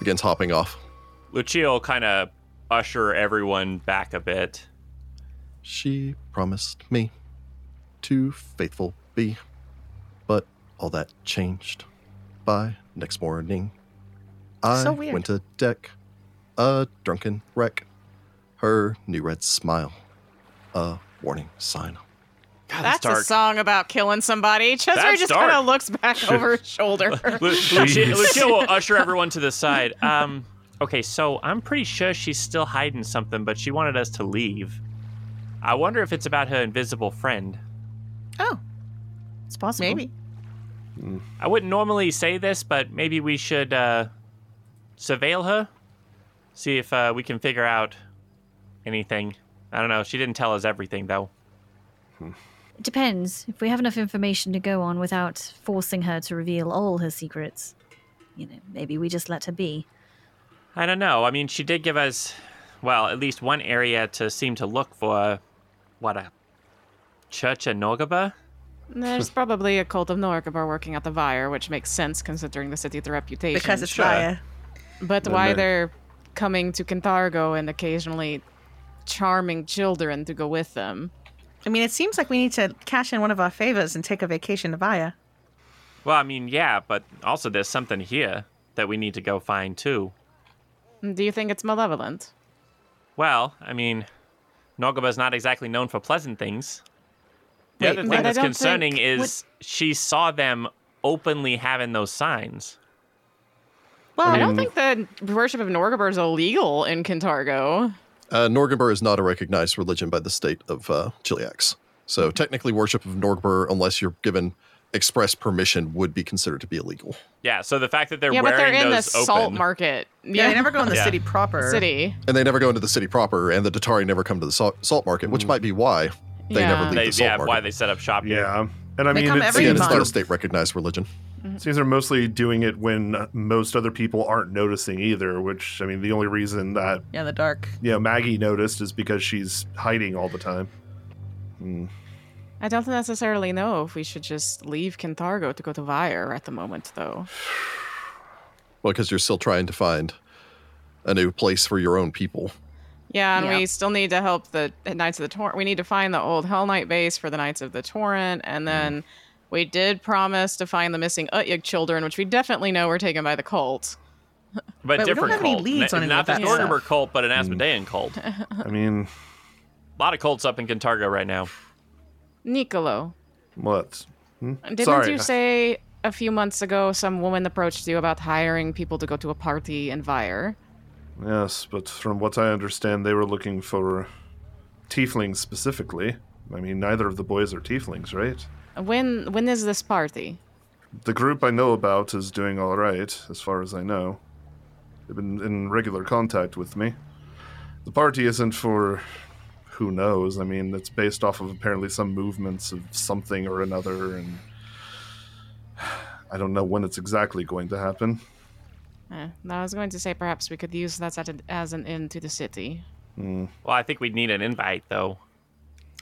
begins hopping off.
Lucia will kind of usher everyone back a bit.
She promised me to faithful be, but All that changed by next morning. I
So weird.
went to deck, a drunken wreck. Her new red smile, a warning sign.
God,
That's a song about killing somebody. Chesire
That's
just kind
dark.
of looks back over his shoulder.
Lu- Lucia, Lucia will usher everyone to the side. Um, okay, so I'm pretty sure she's still hiding something, but she wanted us to leave. I wonder if it's about her invisible friend.
Oh,
It's possible.
maybe.
I wouldn't normally say this, but maybe we should uh, surveil her, see if uh, we can figure out anything. I don't know. She didn't tell us everything, though.
It depends. If we have enough information to go on without forcing her to reveal all her secrets, you know, maybe we just let her be.
I don't know. I mean, she did give us, well, at least one area to seem to look for. What a church of Norgaba?
There's probably a cult of Norgabar working at the Vire, which makes sense considering the city with the reputation.
Because it's
sure.
Raya.
But
Then
why
they-
they're coming to Cantargo and occasionally charming children to go with them.
I mean, it seems like we need to cash in one of our favors and take a vacation to Vaya.
Well, I mean, yeah, but also there's something here that we need to go find too.
Do you think it's malevolent?
Well, I mean, Norgaba's not exactly known for pleasant things. The
Wait,
other
but I
thing that's
don't
concerning
think-
is she saw them openly having those signs.
Well, I don't think the worship of Norgabar is illegal in Cantargo.
Uh, Norgenbur is not a recognized religion by the state of uh, Chiliax.
Mm-hmm.
So technically, worship of Norgenbur, unless you're given express permission, would be considered to be illegal.
Yeah, so the fact that they're
yeah, but
wearing
they're in the
those
salt
open,
market.
Yeah,
Yeah,
they never go in the
Yeah.
city proper.
city.
And they never go into the city proper, and the Datari never come to the salt, salt market, which might be why they
yeah.
never leave
they,
the salt
yeah,
market.
why they set up shop here.
Yeah. And I
They
mean,
come
it
every
Again,
seems,
it's not a
month.
state recognized religion.
seems they're mostly doing it when most other people aren't noticing either, which, I mean, the only reason that,
Yeah, the dark.
you know, Maggie noticed is because she's hiding all the time.
I don't necessarily know if we should just leave Cantargo to go to Vire at the moment, though.
Well, because you're still trying to find a new place for your own people.
Yeah, and
Yeah.
we still need to help the the Knights of the Torrent. We need to find the old Hell Knight base for the Knights of the Torrent,
Mm-hmm.
and then we did promise to find the missing Utyug children, which we definitely know were taken by the cult.
But,
But we don't
different
have any
cult.
leads
N-
on any
not
of
the
that stuff.
Norgaber cult, but an Asmodean cult. A
Uh-huh.
I mean,
lot of cults up in Cantargo right now.
Nicolo,
what? Hmm?
didn't
Sorry.
you say a few months ago some woman approached you about hiring people to go to a party in Vire?
Yes, but from what I understand, they were looking for tieflings specifically. I mean, neither of the boys are tieflings, right?
When when is this party?
The group I know about is doing all right, as far as I know. They've been in regular contact with me. The party isn't for who knows. I mean, it's based off of apparently some movements of something or another, and I don't know when it's exactly going to happen.
Eh, I was going to say perhaps we could use that as an- as an inn to the city.
Well, I think we'd need an invite though.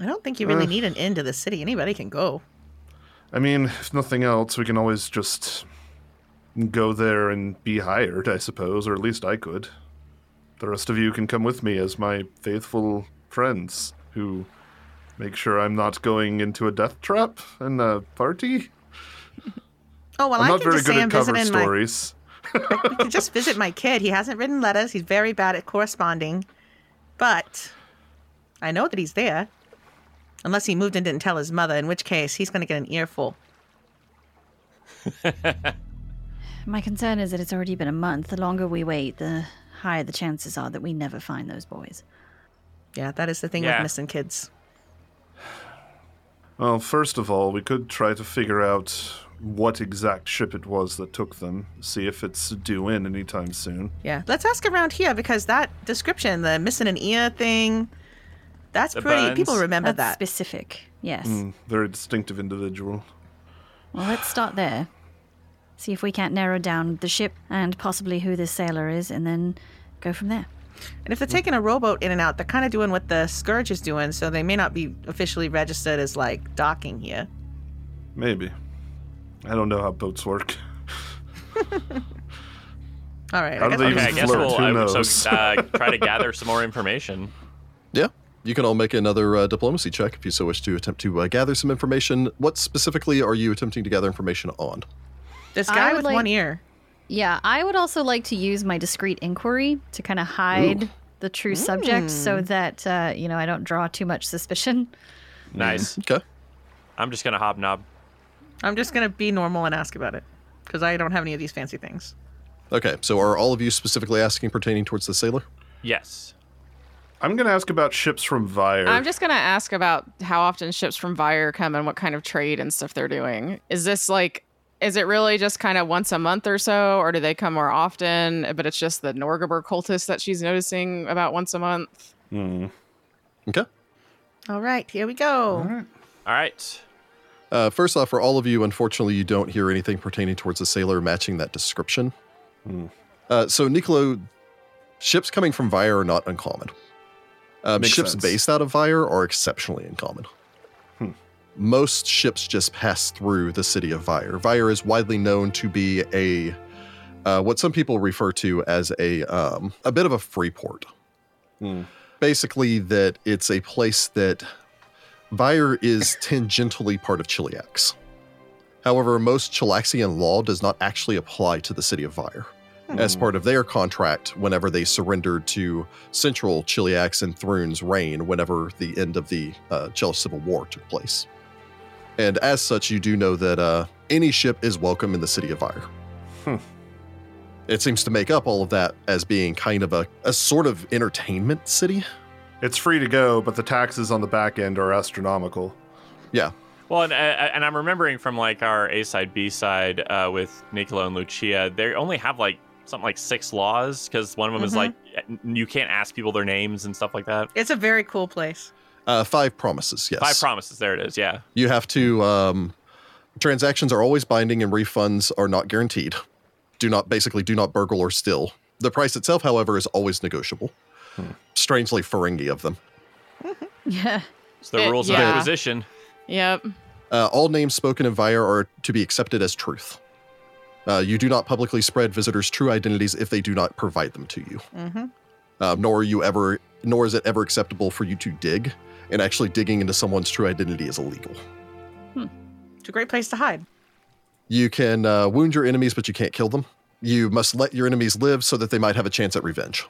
I don't think you really need an end to the city. Anybody can go.
I mean, if nothing else, we can always just go there and be hired, I suppose, or at least I could. The rest of you can come with me as my faithful friends who make sure I'm not going into a death trap and a party.
Oh well, I
I'm not
can
very
just
good
say
at
I'm
cover
visiting my.
stories.
I can just visit my kid. He hasn't written letters. He's very bad at corresponding, but I know that he's there. Unless he moved and didn't tell his mother, in which case he's going to get an earful.
My concern is that it's already been a month. The longer we wait, the higher the chances are that we never find those boys.
Yeah, that is the thing
Yeah.
with missing kids.
Well, first of all, we could try to figure out what exact ship it was that took them, see if it's due in anytime soon.
Yeah, let's ask around here because that description, the missing an ear thing, that's
The
pretty.
buns.
People remember
That's
that. Mm.
specific. Yes.
Very distinctive individual.
Well, let's start there. See if we can't narrow down the ship and possibly who this sailor is, and then go from there.
And if they're taking a rowboat in and out, they're kind of doing what the Scourge is doing, so they may not be officially registered as like docking here.
Maybe. I don't know how boats work.
All right,
How
I
do
guess
they
I'll
even
Okay, I
just-
guess
flirt?
we'll
Who
I would-
knows?
so, uh, try to gather some more information.
Yeah. You can all make another uh, diplomacy check if you so wish to attempt to uh, gather some information. What specifically are you attempting to gather information on?
This
I
guy
would
with
like-
one ear.
Yeah, I would also like to use my discreet inquiry to kind of hide the true
Hmm.
subject so that, uh, you know, I don't draw too much suspicion.
Nice.
Okay.
I'm just gonna hobnob.
I'm just gonna be normal and ask about it because I don't have any of these fancy things.
Okay. So are all of you specifically asking pertaining towards the sailor?
Yes.
I'm going to ask about ships from Vire.
I'm just gonna ask about how often ships from Vire come and what kind of trade and stuff they're doing. Is this like, is it really just kind of once a month or so, or do they come more often? But it's just the Norgaber cultist that she's noticing about once a month.
Okay.
All right, here we go.
All right.
Uh, first off, for all of you, unfortunately, you don't hear anything pertaining towards the sailor matching that description.
Hmm.
Uh, so, Nicolo, ships coming from Vire are not uncommon. Um,
Makes
ships
sense. Hmm.
based out of Vire are exceptionally uncommon. Most ships just pass through the city of Vire. Vire is widely known to be a uh, what some people refer to as a um, a bit of a free port. Basically, that it's a place that Vire is tangentially part of Chiliax. However, most Chilaxian law does not actually apply to the city of Vire as part of their contract whenever they surrendered to central Chiliax and Thrun's reign whenever the end of the uh, Chelish Civil War took place. And as such, you do know that uh, any ship is welcome in the city of Vire. It seems to make up all of that as being kind of a, a sort of entertainment city.
it's free to go, but the taxes on the back end are astronomical.
Yeah.
Well, and, uh, and I'm remembering from like our A side, B side uh, with Nicola and Lucia, they only have like something like six laws because one of them is
Mm-hmm.
Mhm.
like eh, n- you can't ask people their names and stuff like that.
It's a very cool place.
Uh, five promises, yes.
Five promises. There it is. Yeah.
You have to. Um, transactions are always binding, and refunds are not guaranteed. Do not basically do not burgle or steal. The price itself, however, is always negotiable. Strangely Ferengi of them.
Yeah.
It's the
Eh,
rules
yeah.
of acquisition.
Yep.
Uh, all names spoken in Vire are to be accepted as truth. Uh, you do not publicly spread visitors' true identities if they do not provide them to you.
Mhm.
Uh, nor are you ever, nor is it ever acceptable for you to dig. And actually, digging into someone's true identity is illegal.
It's a great place to hide.
You can uh, wound your enemies, but you can't kill them. You must let your enemies live so that they might have a chance at revenge.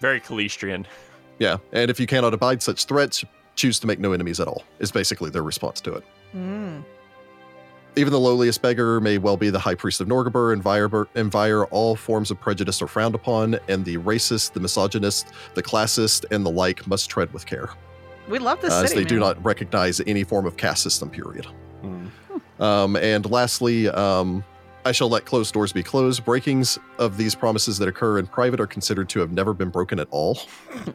Very Calistrian.
Yeah, and if you cannot abide such threats, choose to make no enemies at all, is basically their response to it.
Mm.
Even the lowliest beggar may well be the high priest of Norgaber and Vire, and Vire. All forms of prejudice are frowned upon, and the racist, the misogynist, the classist, and the like must tread with care,
We love this
uh, as
city.
they do
man.
not recognize any form of caste system, period.
Hmm.
Um, and lastly, um, I shall let closed doors be closed. Breakings of these promises that occur in private are considered to have never been broken at all.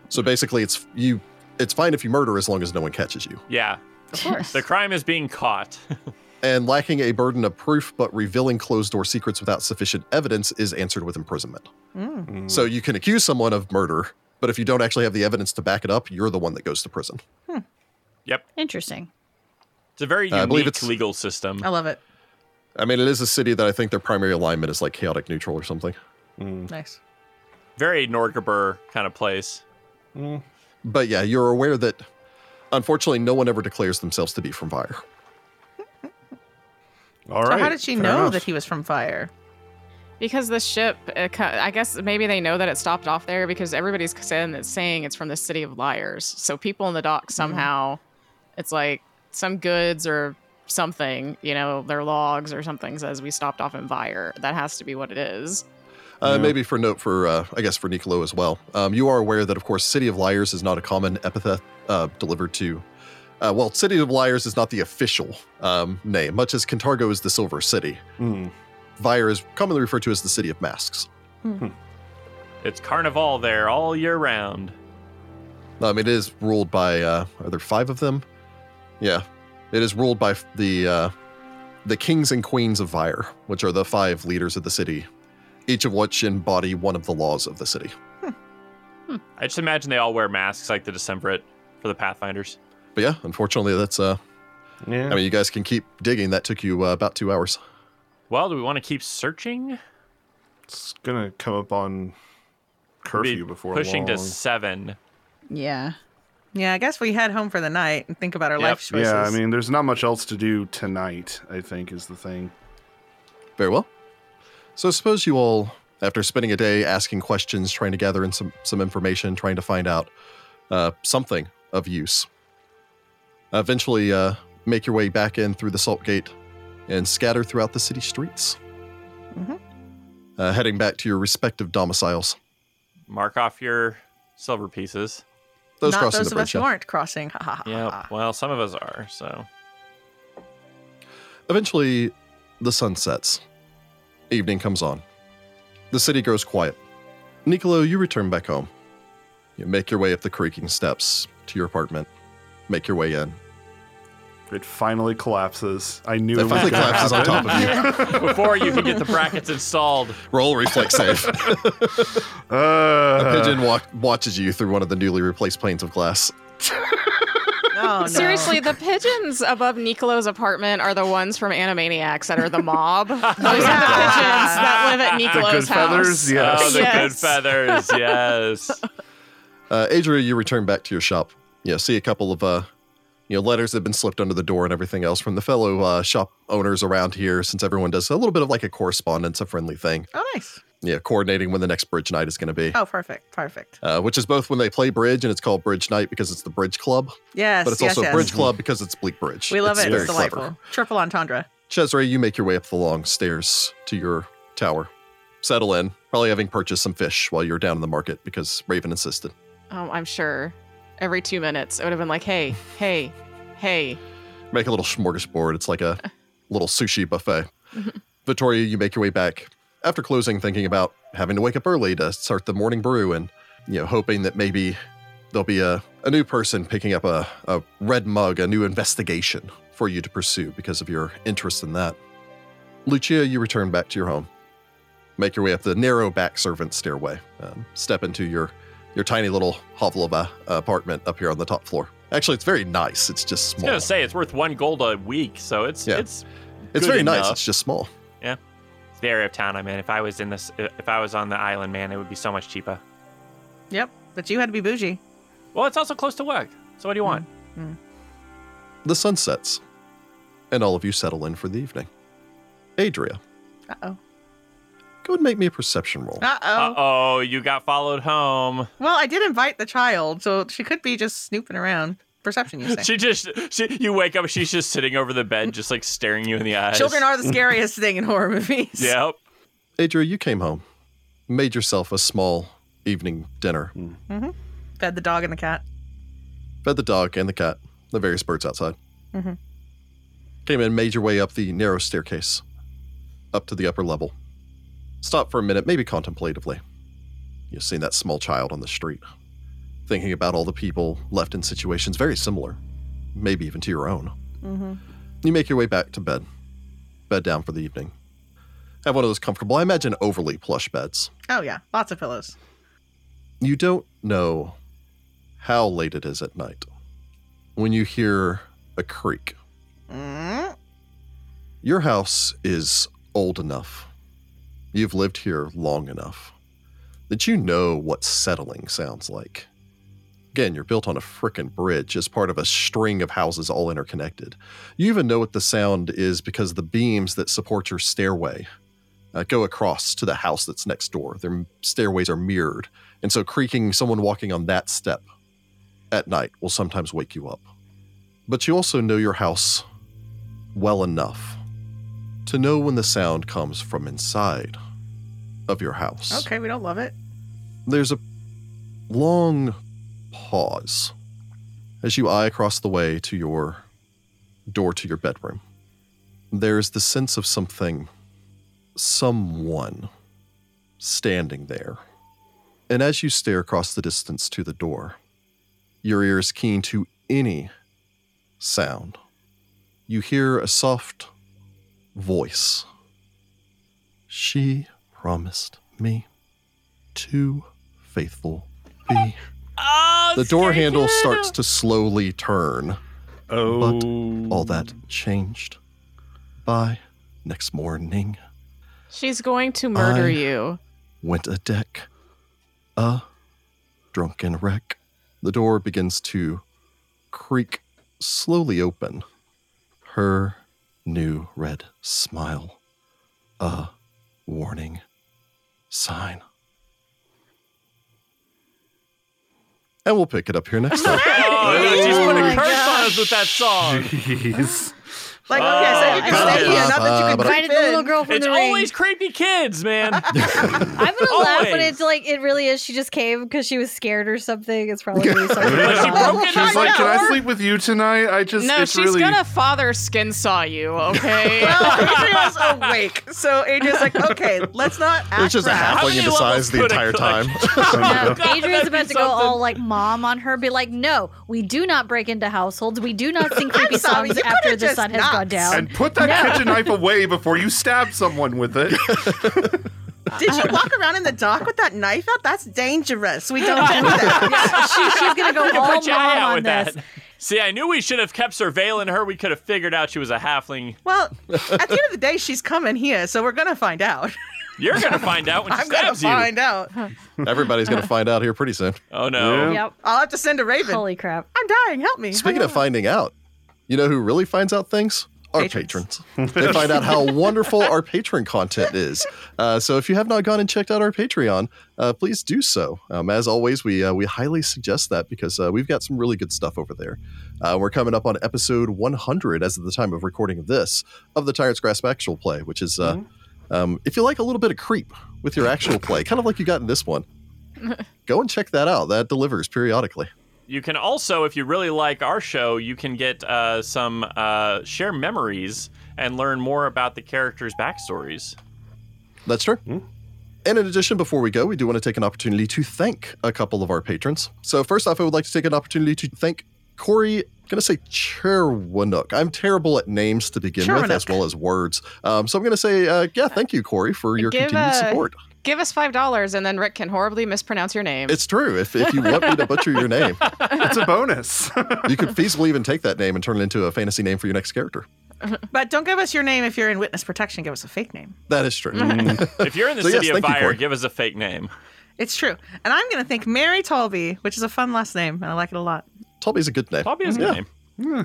so basically, it's you. It's fine if you murder as long as no one catches you.
Yeah.
Of course.
The crime is being caught.
And lacking a burden of proof, but revealing closed door secrets without sufficient evidence is answered with imprisonment.
Mm.
So you can accuse someone of murder, but if you don't actually have the evidence to back it up, you're the one that goes to prison.
Interesting.
It's a very
Uh, I believe
unique
it's-
legal system.
I love it.
I mean, it is a city that I think their primary alignment is like chaotic neutral or something.
Nice.
Very Norgaber kind of place.
But yeah, you're aware that unfortunately no one ever declares themselves to be from Vire.
All
so
right.
how did she
fair
know
enough.
that he was from Fire?
Because the ship, uh, co- I guess maybe they know that it stopped off there because everybody's saying, it's saying it's from the city of liars. So people in the dock somehow, it's like some goods or something, you know, their logs or something says we stopped off in Vire. That has to be what it is.
Uh,
Yeah.
Maybe for note for, uh, I guess, for Nicolo as well. Um, you are aware that, of course, City of Liars is not a common epithet uh, delivered to. Uh, well, City of Liars is not the official um, name, much as Cantargo is the Silver City.
Hmm.
Vire is commonly referred to as the City of Masks.
It's carnival there all year round.
Um, it is ruled by, uh, are there five of them? Yeah. It is ruled by f- the, uh, the kings and queens of Vire, which are the five leaders of the city, each of which embody one of the laws of the city.
I just imagine they all wear masks like the Decemvirate for the Pathfinders.
But yeah, unfortunately, that's uh,
Yeah.
I mean, you guys can keep digging. That took you uh, about two hours.
Well, do we want to keep searching?
it's going to come up on
Be
curfew before
pushing to
long.
seven.
Yeah.
Yeah, I guess we head home for the night and think about our
Yep.
life choices.
Yeah, I mean, there's not much else to do tonight, I think, is the thing.
Very well. So suppose you all, after spending a day asking questions, trying to gather in some, some information, trying to find out uh, something of use, eventually uh, make your way back in through the Salt Gate and scatter throughout the city streets,
Mhm.
uh, heading back to your respective domiciles.
Mark off your silver pieces.
Those
Not
crossing
those
the
of
bridge.
us who
yeah.
aren't crossing. Ha ha ha.
Yeah.
ha.
Well, some of us are. So
Eventually, the sun sets. Evening comes on. The city grows quiet. Niccolo, you return back home. You make your way up the creaking steps to your apartment. Make your way in.
It finally collapses. I knew
It
it
finally
was gonna
collapses on
happen.
top of
before you can get the brackets installed,
you. Roll reflex save.
Uh,
A pigeon wa- watches you through one of the newly replaced planes of glass.
Oh, no.
Seriously, the pigeons above Nicolo's apartment are the ones from Animaniacs that are the mob. Those are the pigeons that live at
The good
Nicolo's house.
feathers, yes.
oh, the good
Yes.
feathers. Yes.
Uh, Adria, you return back to your shop. You know, see a couple of uh, you know letters that have been slipped under the door and everything else from the fellow uh, shop owners around here, since everyone does a little bit of like a correspondence, a friendly thing.
Oh, nice.
Yeah, coordinating when the next bridge night is going to be.
Oh, perfect. Perfect.
uh, which is both when they play bridge and it's called bridge night because it's the bridge club,
Yes.
but it's
yes,
also
yes.
bridge club because it's bleak bridge.
We love it.
very
It's delightful.
Clever.
Triple entendre.
Cesare, you make your way up the long stairs to your tower. Settle in, probably having purchased some fish while you're down in the market because Raven insisted.
Um, I'm sure every two minutes it would have been like, hey, hey, hey.
Make a little smorgasbord. It's like a little sushi buffet. Vittoria, you make your way back after closing, thinking about having to wake up early to start the morning brew and, you know, hoping that maybe there'll be a, a new person picking up a, a red mug, a new investigation for you to pursue because of your interest in that. Lucia, you return back to your home. Make your way up the narrow back servant stairway. Um, step into your your tiny little hovel of a apartment up here on the top floor. Actually, it's very nice. It's just
I was
small.
gonna say it's worth one gold a week, so it's
Yeah.
it's
It's
good
very nice.
enough.
It's just small.
It's the area of town I'm in. If I was in this, if I was on the island, man, it would be so much cheaper.
Yep. But you had to be bougie.
Well, it's also close to work. So what do you want?
The sun sets, and all of you settle in for the evening. Adria,
Uh oh.
go and make me a perception roll.
Uh
Uh
oh.
oh, you got followed home.
Well, I did invite the child, so she could be just snooping around. Perception, you say.
She just, she, you wake up, she's just sitting over the bed, just like staring you in the eyes.
Children are the scariest thing in horror movies.
Yep.
Adria, you came home, made yourself a small evening dinner,
Fed the dog and the cat.
fed the dog and the cat, the various birds outside.
Mhm.
Came in, made your way up the narrow staircase, up to the upper level. Stopped for a minute, maybe contemplatively. You've seen that small child on the street, thinking about all the people left in situations very similar, maybe even to your own.
Mm-hmm.
You make your way back to bed. Bed down for the evening. Have one of those comfortable, I imagine overly plush beds.
Oh yeah, lots of pillows.
You don't know how late it is at night when you hear a creak.
Mm.
Your house is old enough. You've lived here long enough that you know what settling sounds like. Again, you're built on a frickin' bridge as part of a string of houses all interconnected. You even know what the sound is because the beams that support your stairway uh, go across to the house that's next door. Their m- stairways are mirrored. And so, creaking, someone walking on that step at night will sometimes wake you up. But you also know your house well enough to know when the sound comes from inside of your house
Okay, we don't love it.
there's a long pause as you eye across the way to your door to your bedroom. There's the sense of something, someone standing there. And as you stare across the distance to the door, your ear is keen to any sound. You hear a soft voice. She promised me too faithful be. the door handle starts to slowly turn.
oh,
All that changed by next morning.
She's going to murder
I-
you.
Went a deck, a drunken wreck. The door begins to creak slowly open. Her new red smile. A warning sign. And we'll pick it up here next time.
Oh, she's putting
my
curse on us with that song.
Jeez.
Like, okay, I said you
Oh,
can stay here.
God.
Not that you
But
can
I-
creep
Kind of the little
in.
girl from
It's
the ring.
always creepy kids, man.
I'm gonna laugh, but
always.
it's like it really is. She just came because she was scared or something. It's probably something.
But she broke it
She's
in
like, can I
door.
sleep with you tonight? I just
No,
it's
she's
really
gonna father skin saw you, okay?
Well, Oh, Adriel's awake, so Adriel's like, okay, let's not act
It's just a
rash.
How
halfling
many
into size
levels
the
could it
entire time.
collect?
No,
Oh, God, that'd
Adrian's about
be
to go all
something.
like mom on her, be like, "No, we do not break into households. We do not sing creepy
sorry,
songs
you could've
after the
just
sun has
not.
gone down."
and put that kitchen knife away before you stab someone with it.
Did you walk around in the dark with that knife out? That's dangerous. We don't do that.
she, she's gonna go all
Put your eye
mom
out
on
with
this.
that. See, I knew we should have kept surveilling her. We could have figured out she was a halfling.
Well, at the end of the day, she's coming here, so we're gonna find out.
You're gonna find out when she
I'm gonna
stabs you.
find out.
Everybody's going to find out here pretty soon.
Oh no.
Yeah.
Yep.
I'll have to send a raven.
Holy crap.
I'm dying. Help me.
Speaking of finding out, you know who really finds out things? Our patrons.
Patrons.
they find out how wonderful our patron content is. Uh, so if you have not gone and checked out our Patreon, uh, please do so. Um, as always, we uh, we highly suggest that because uh, we've got some really good stuff over there. Uh, we're coming up on episode 100 as of the time of recording of this of the Tyrant's Grasp actual play, which is uh,
Mm-hmm.
um, if you like a little bit of creep with your actual play, kind of like you got in this one. Go and check that out. That delivers periodically.
You can also, if you really like our show, you can get uh, some uh, share memories and learn more about the characters' backstories.
That's true.
Hmm?
And in addition, before we go, we do want to take an opportunity to thank a couple of our patrons. So first off, I would like to take an opportunity to thank Corey. I'm gonna say Cherwanook. I'm terrible at names to begin with, as
Cherwanook.
well as words. Um, so I'm gonna say, uh, yeah, thank you, Corey, for your
Give
continued
a-
support.
Give us five dollars and then Rick can horribly mispronounce your name.
It's true. If, if you want me to butcher your name,
It's a bonus.
you could feasibly even take that name and turn it into a fantasy name for your next character.
But don't give us your name if you're in witness protection. Give us a fake name.
That is true.
If you're in the
So, yes,
city of
thank you,
Fire,
Corey.
give us a fake name.
It's true. And I'm gonna think Mary Tolby, which is a fun last name, and I like it a lot.
Toby's a good name.
Probably is a
Yeah.
good name.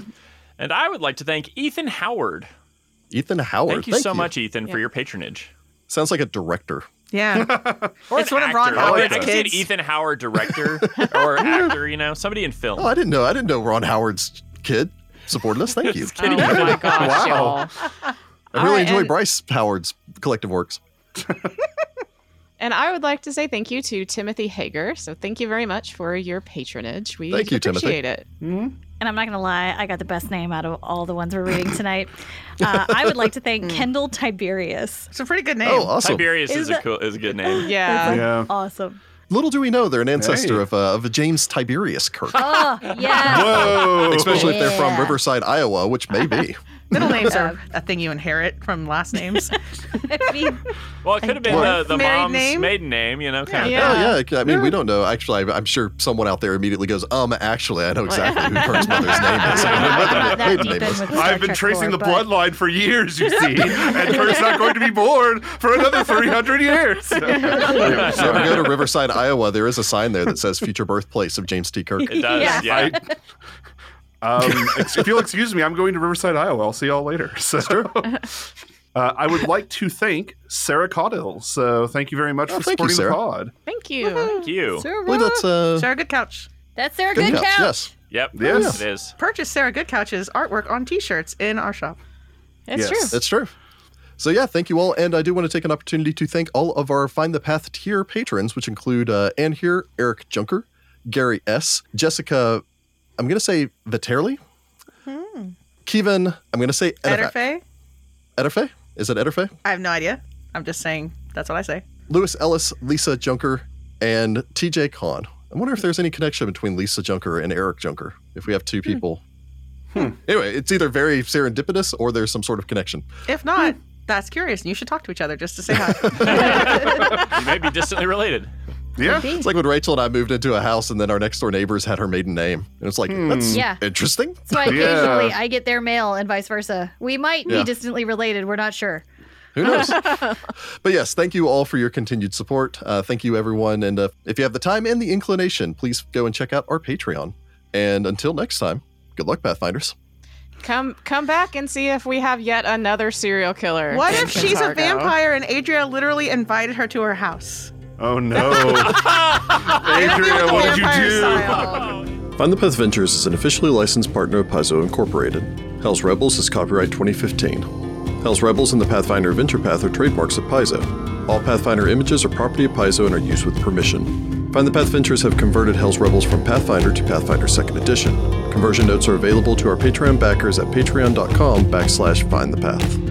And I would like to thank Ethan Howard.
Ethan Howard.
Thank you so much, Ethan, for your patronage.
Sounds like a director.
Yeah.
Or
It's
an
one of Ron
actor. Oh, I
Howard's
could- I could see an
kids.
Ethan Howard director or actor, you know, somebody in film.
Oh, I didn't know. I didn't know Ron Howard's kid supported us. Thank you.
oh my gosh,
Wow.
y'all.
I really
Alright,
enjoy
and-
Bryce Howard's collective works.
And I would like to say thank you to Timothy Hager. So thank you very much for your patronage. We
Thank you, Timothy.
appreciate it.
And I'm not gonna lie, I got the best name out of all the ones we're reading tonight. Uh, I would like to thank Kendall Tiberius.
It's a pretty good name.
Oh, awesome!
Tiberius is,
Is
a
that-
cool, is a good name.
Yeah.
yeah.
Awesome.
Little do we know they're an ancestor
Hey.
of, uh, of a James Tiberius Kirk,
Oh yeah.
Whoa.
especially if they're from
Yeah.
Riverside, Iowa, which may be.
Middle names are a thing you inherit from last names.
I mean,
Well, it could have been
Well-
the, the
Oh, Married
mom's
name?
maiden name, you know, kind of.
Yeah.
Oh yeah, I mean we don't know. Actually, I- I'm sure someone out there immediately goes, "Um, actually, I know exactly who Kirk's mother's name is."
I'm not that
Maiden
deep in
name
with
was-
Star
I've been
Trek
tracing
lore,
the
but-
bloodline for years, you see, and Kurt's not going to be born for another 300 years.
So if you go to Riverside, Iowa, there is a sign there that says "Future Birthplace of James T. Kirk."
It does,
Yeah.
yeah.
Um, ex- if you'll excuse me, I'm going to Riverside, Iowa. I'll see y'all later. So, uh, I would like to thank Sarah Caudill. So, thank you very much
Oh,
for
thank you,
supporting
Sarah.
the pod.
Thank you.
Thank you.
I believe that's uh,
Sarah Goodcouch.
That's their good
Goodcouch,
count.
Yes,
Yep.
Yes.
It is.
Purchase Sarah Goodcouch's artwork on t-shirts in our shop.
It's
Yes.
true.
That's true. So yeah, thank you all, and I do want to take an opportunity to thank all of our Find the Path tier patrons, which include uh, Anne here, Eric Junker, Gary S, Jessica. I'm gonna say Viterli, Hmm. Kevin. I'm gonna say Ederfe.
Ederfe?
Ederfe. Is it Ederfe?
I have no idea. I'm just saying that's what I say.
Lewis Ellis, Lisa Junker, and TJ Kahn. I wonder if there's any connection between Lisa Junker and Eric Junker, if we have two people. Anyway, it's either very serendipitous or there's some sort of connection.
If not, that's curious, and you should talk to each other just to say hi.
You may be distantly related.
Yeah.
It's like when Rachel and I moved into a house, and then our next door neighbors had her maiden name, and it's like that's
Yeah.
interesting.
That's why occasionally
Yeah.
I get their mail and vice versa. We might
Yeah.
be distantly related. We're not sure.
Who knows? but yes, thank you all for your continued support. Uh, thank you, everyone. And uh, if you have the time and the inclination, please go and check out our Patreon. And until next time, good luck, Pathfinders.
Come come back and see if we have yet another serial killer.
What
in
if she's a
Pensargo.
vampire and Adria literally invited her to her house?
Oh no. Adria, what did you
Vampire
do?
style.
Find the Path Ventures is an officially licensed partner of Paizo Incorporated. Hell's Rebels is copyright 2015. Hell's Rebels and the Pathfinder Adventure Path are trademarks of Paizo. All Pathfinder images are property of Paizo and are used with permission. Find the Path Ventures have converted Hell's Rebels from Pathfinder to Pathfinder 2nd Edition. Conversion notes are available to our Patreon backers at patreon.com backslash find the path.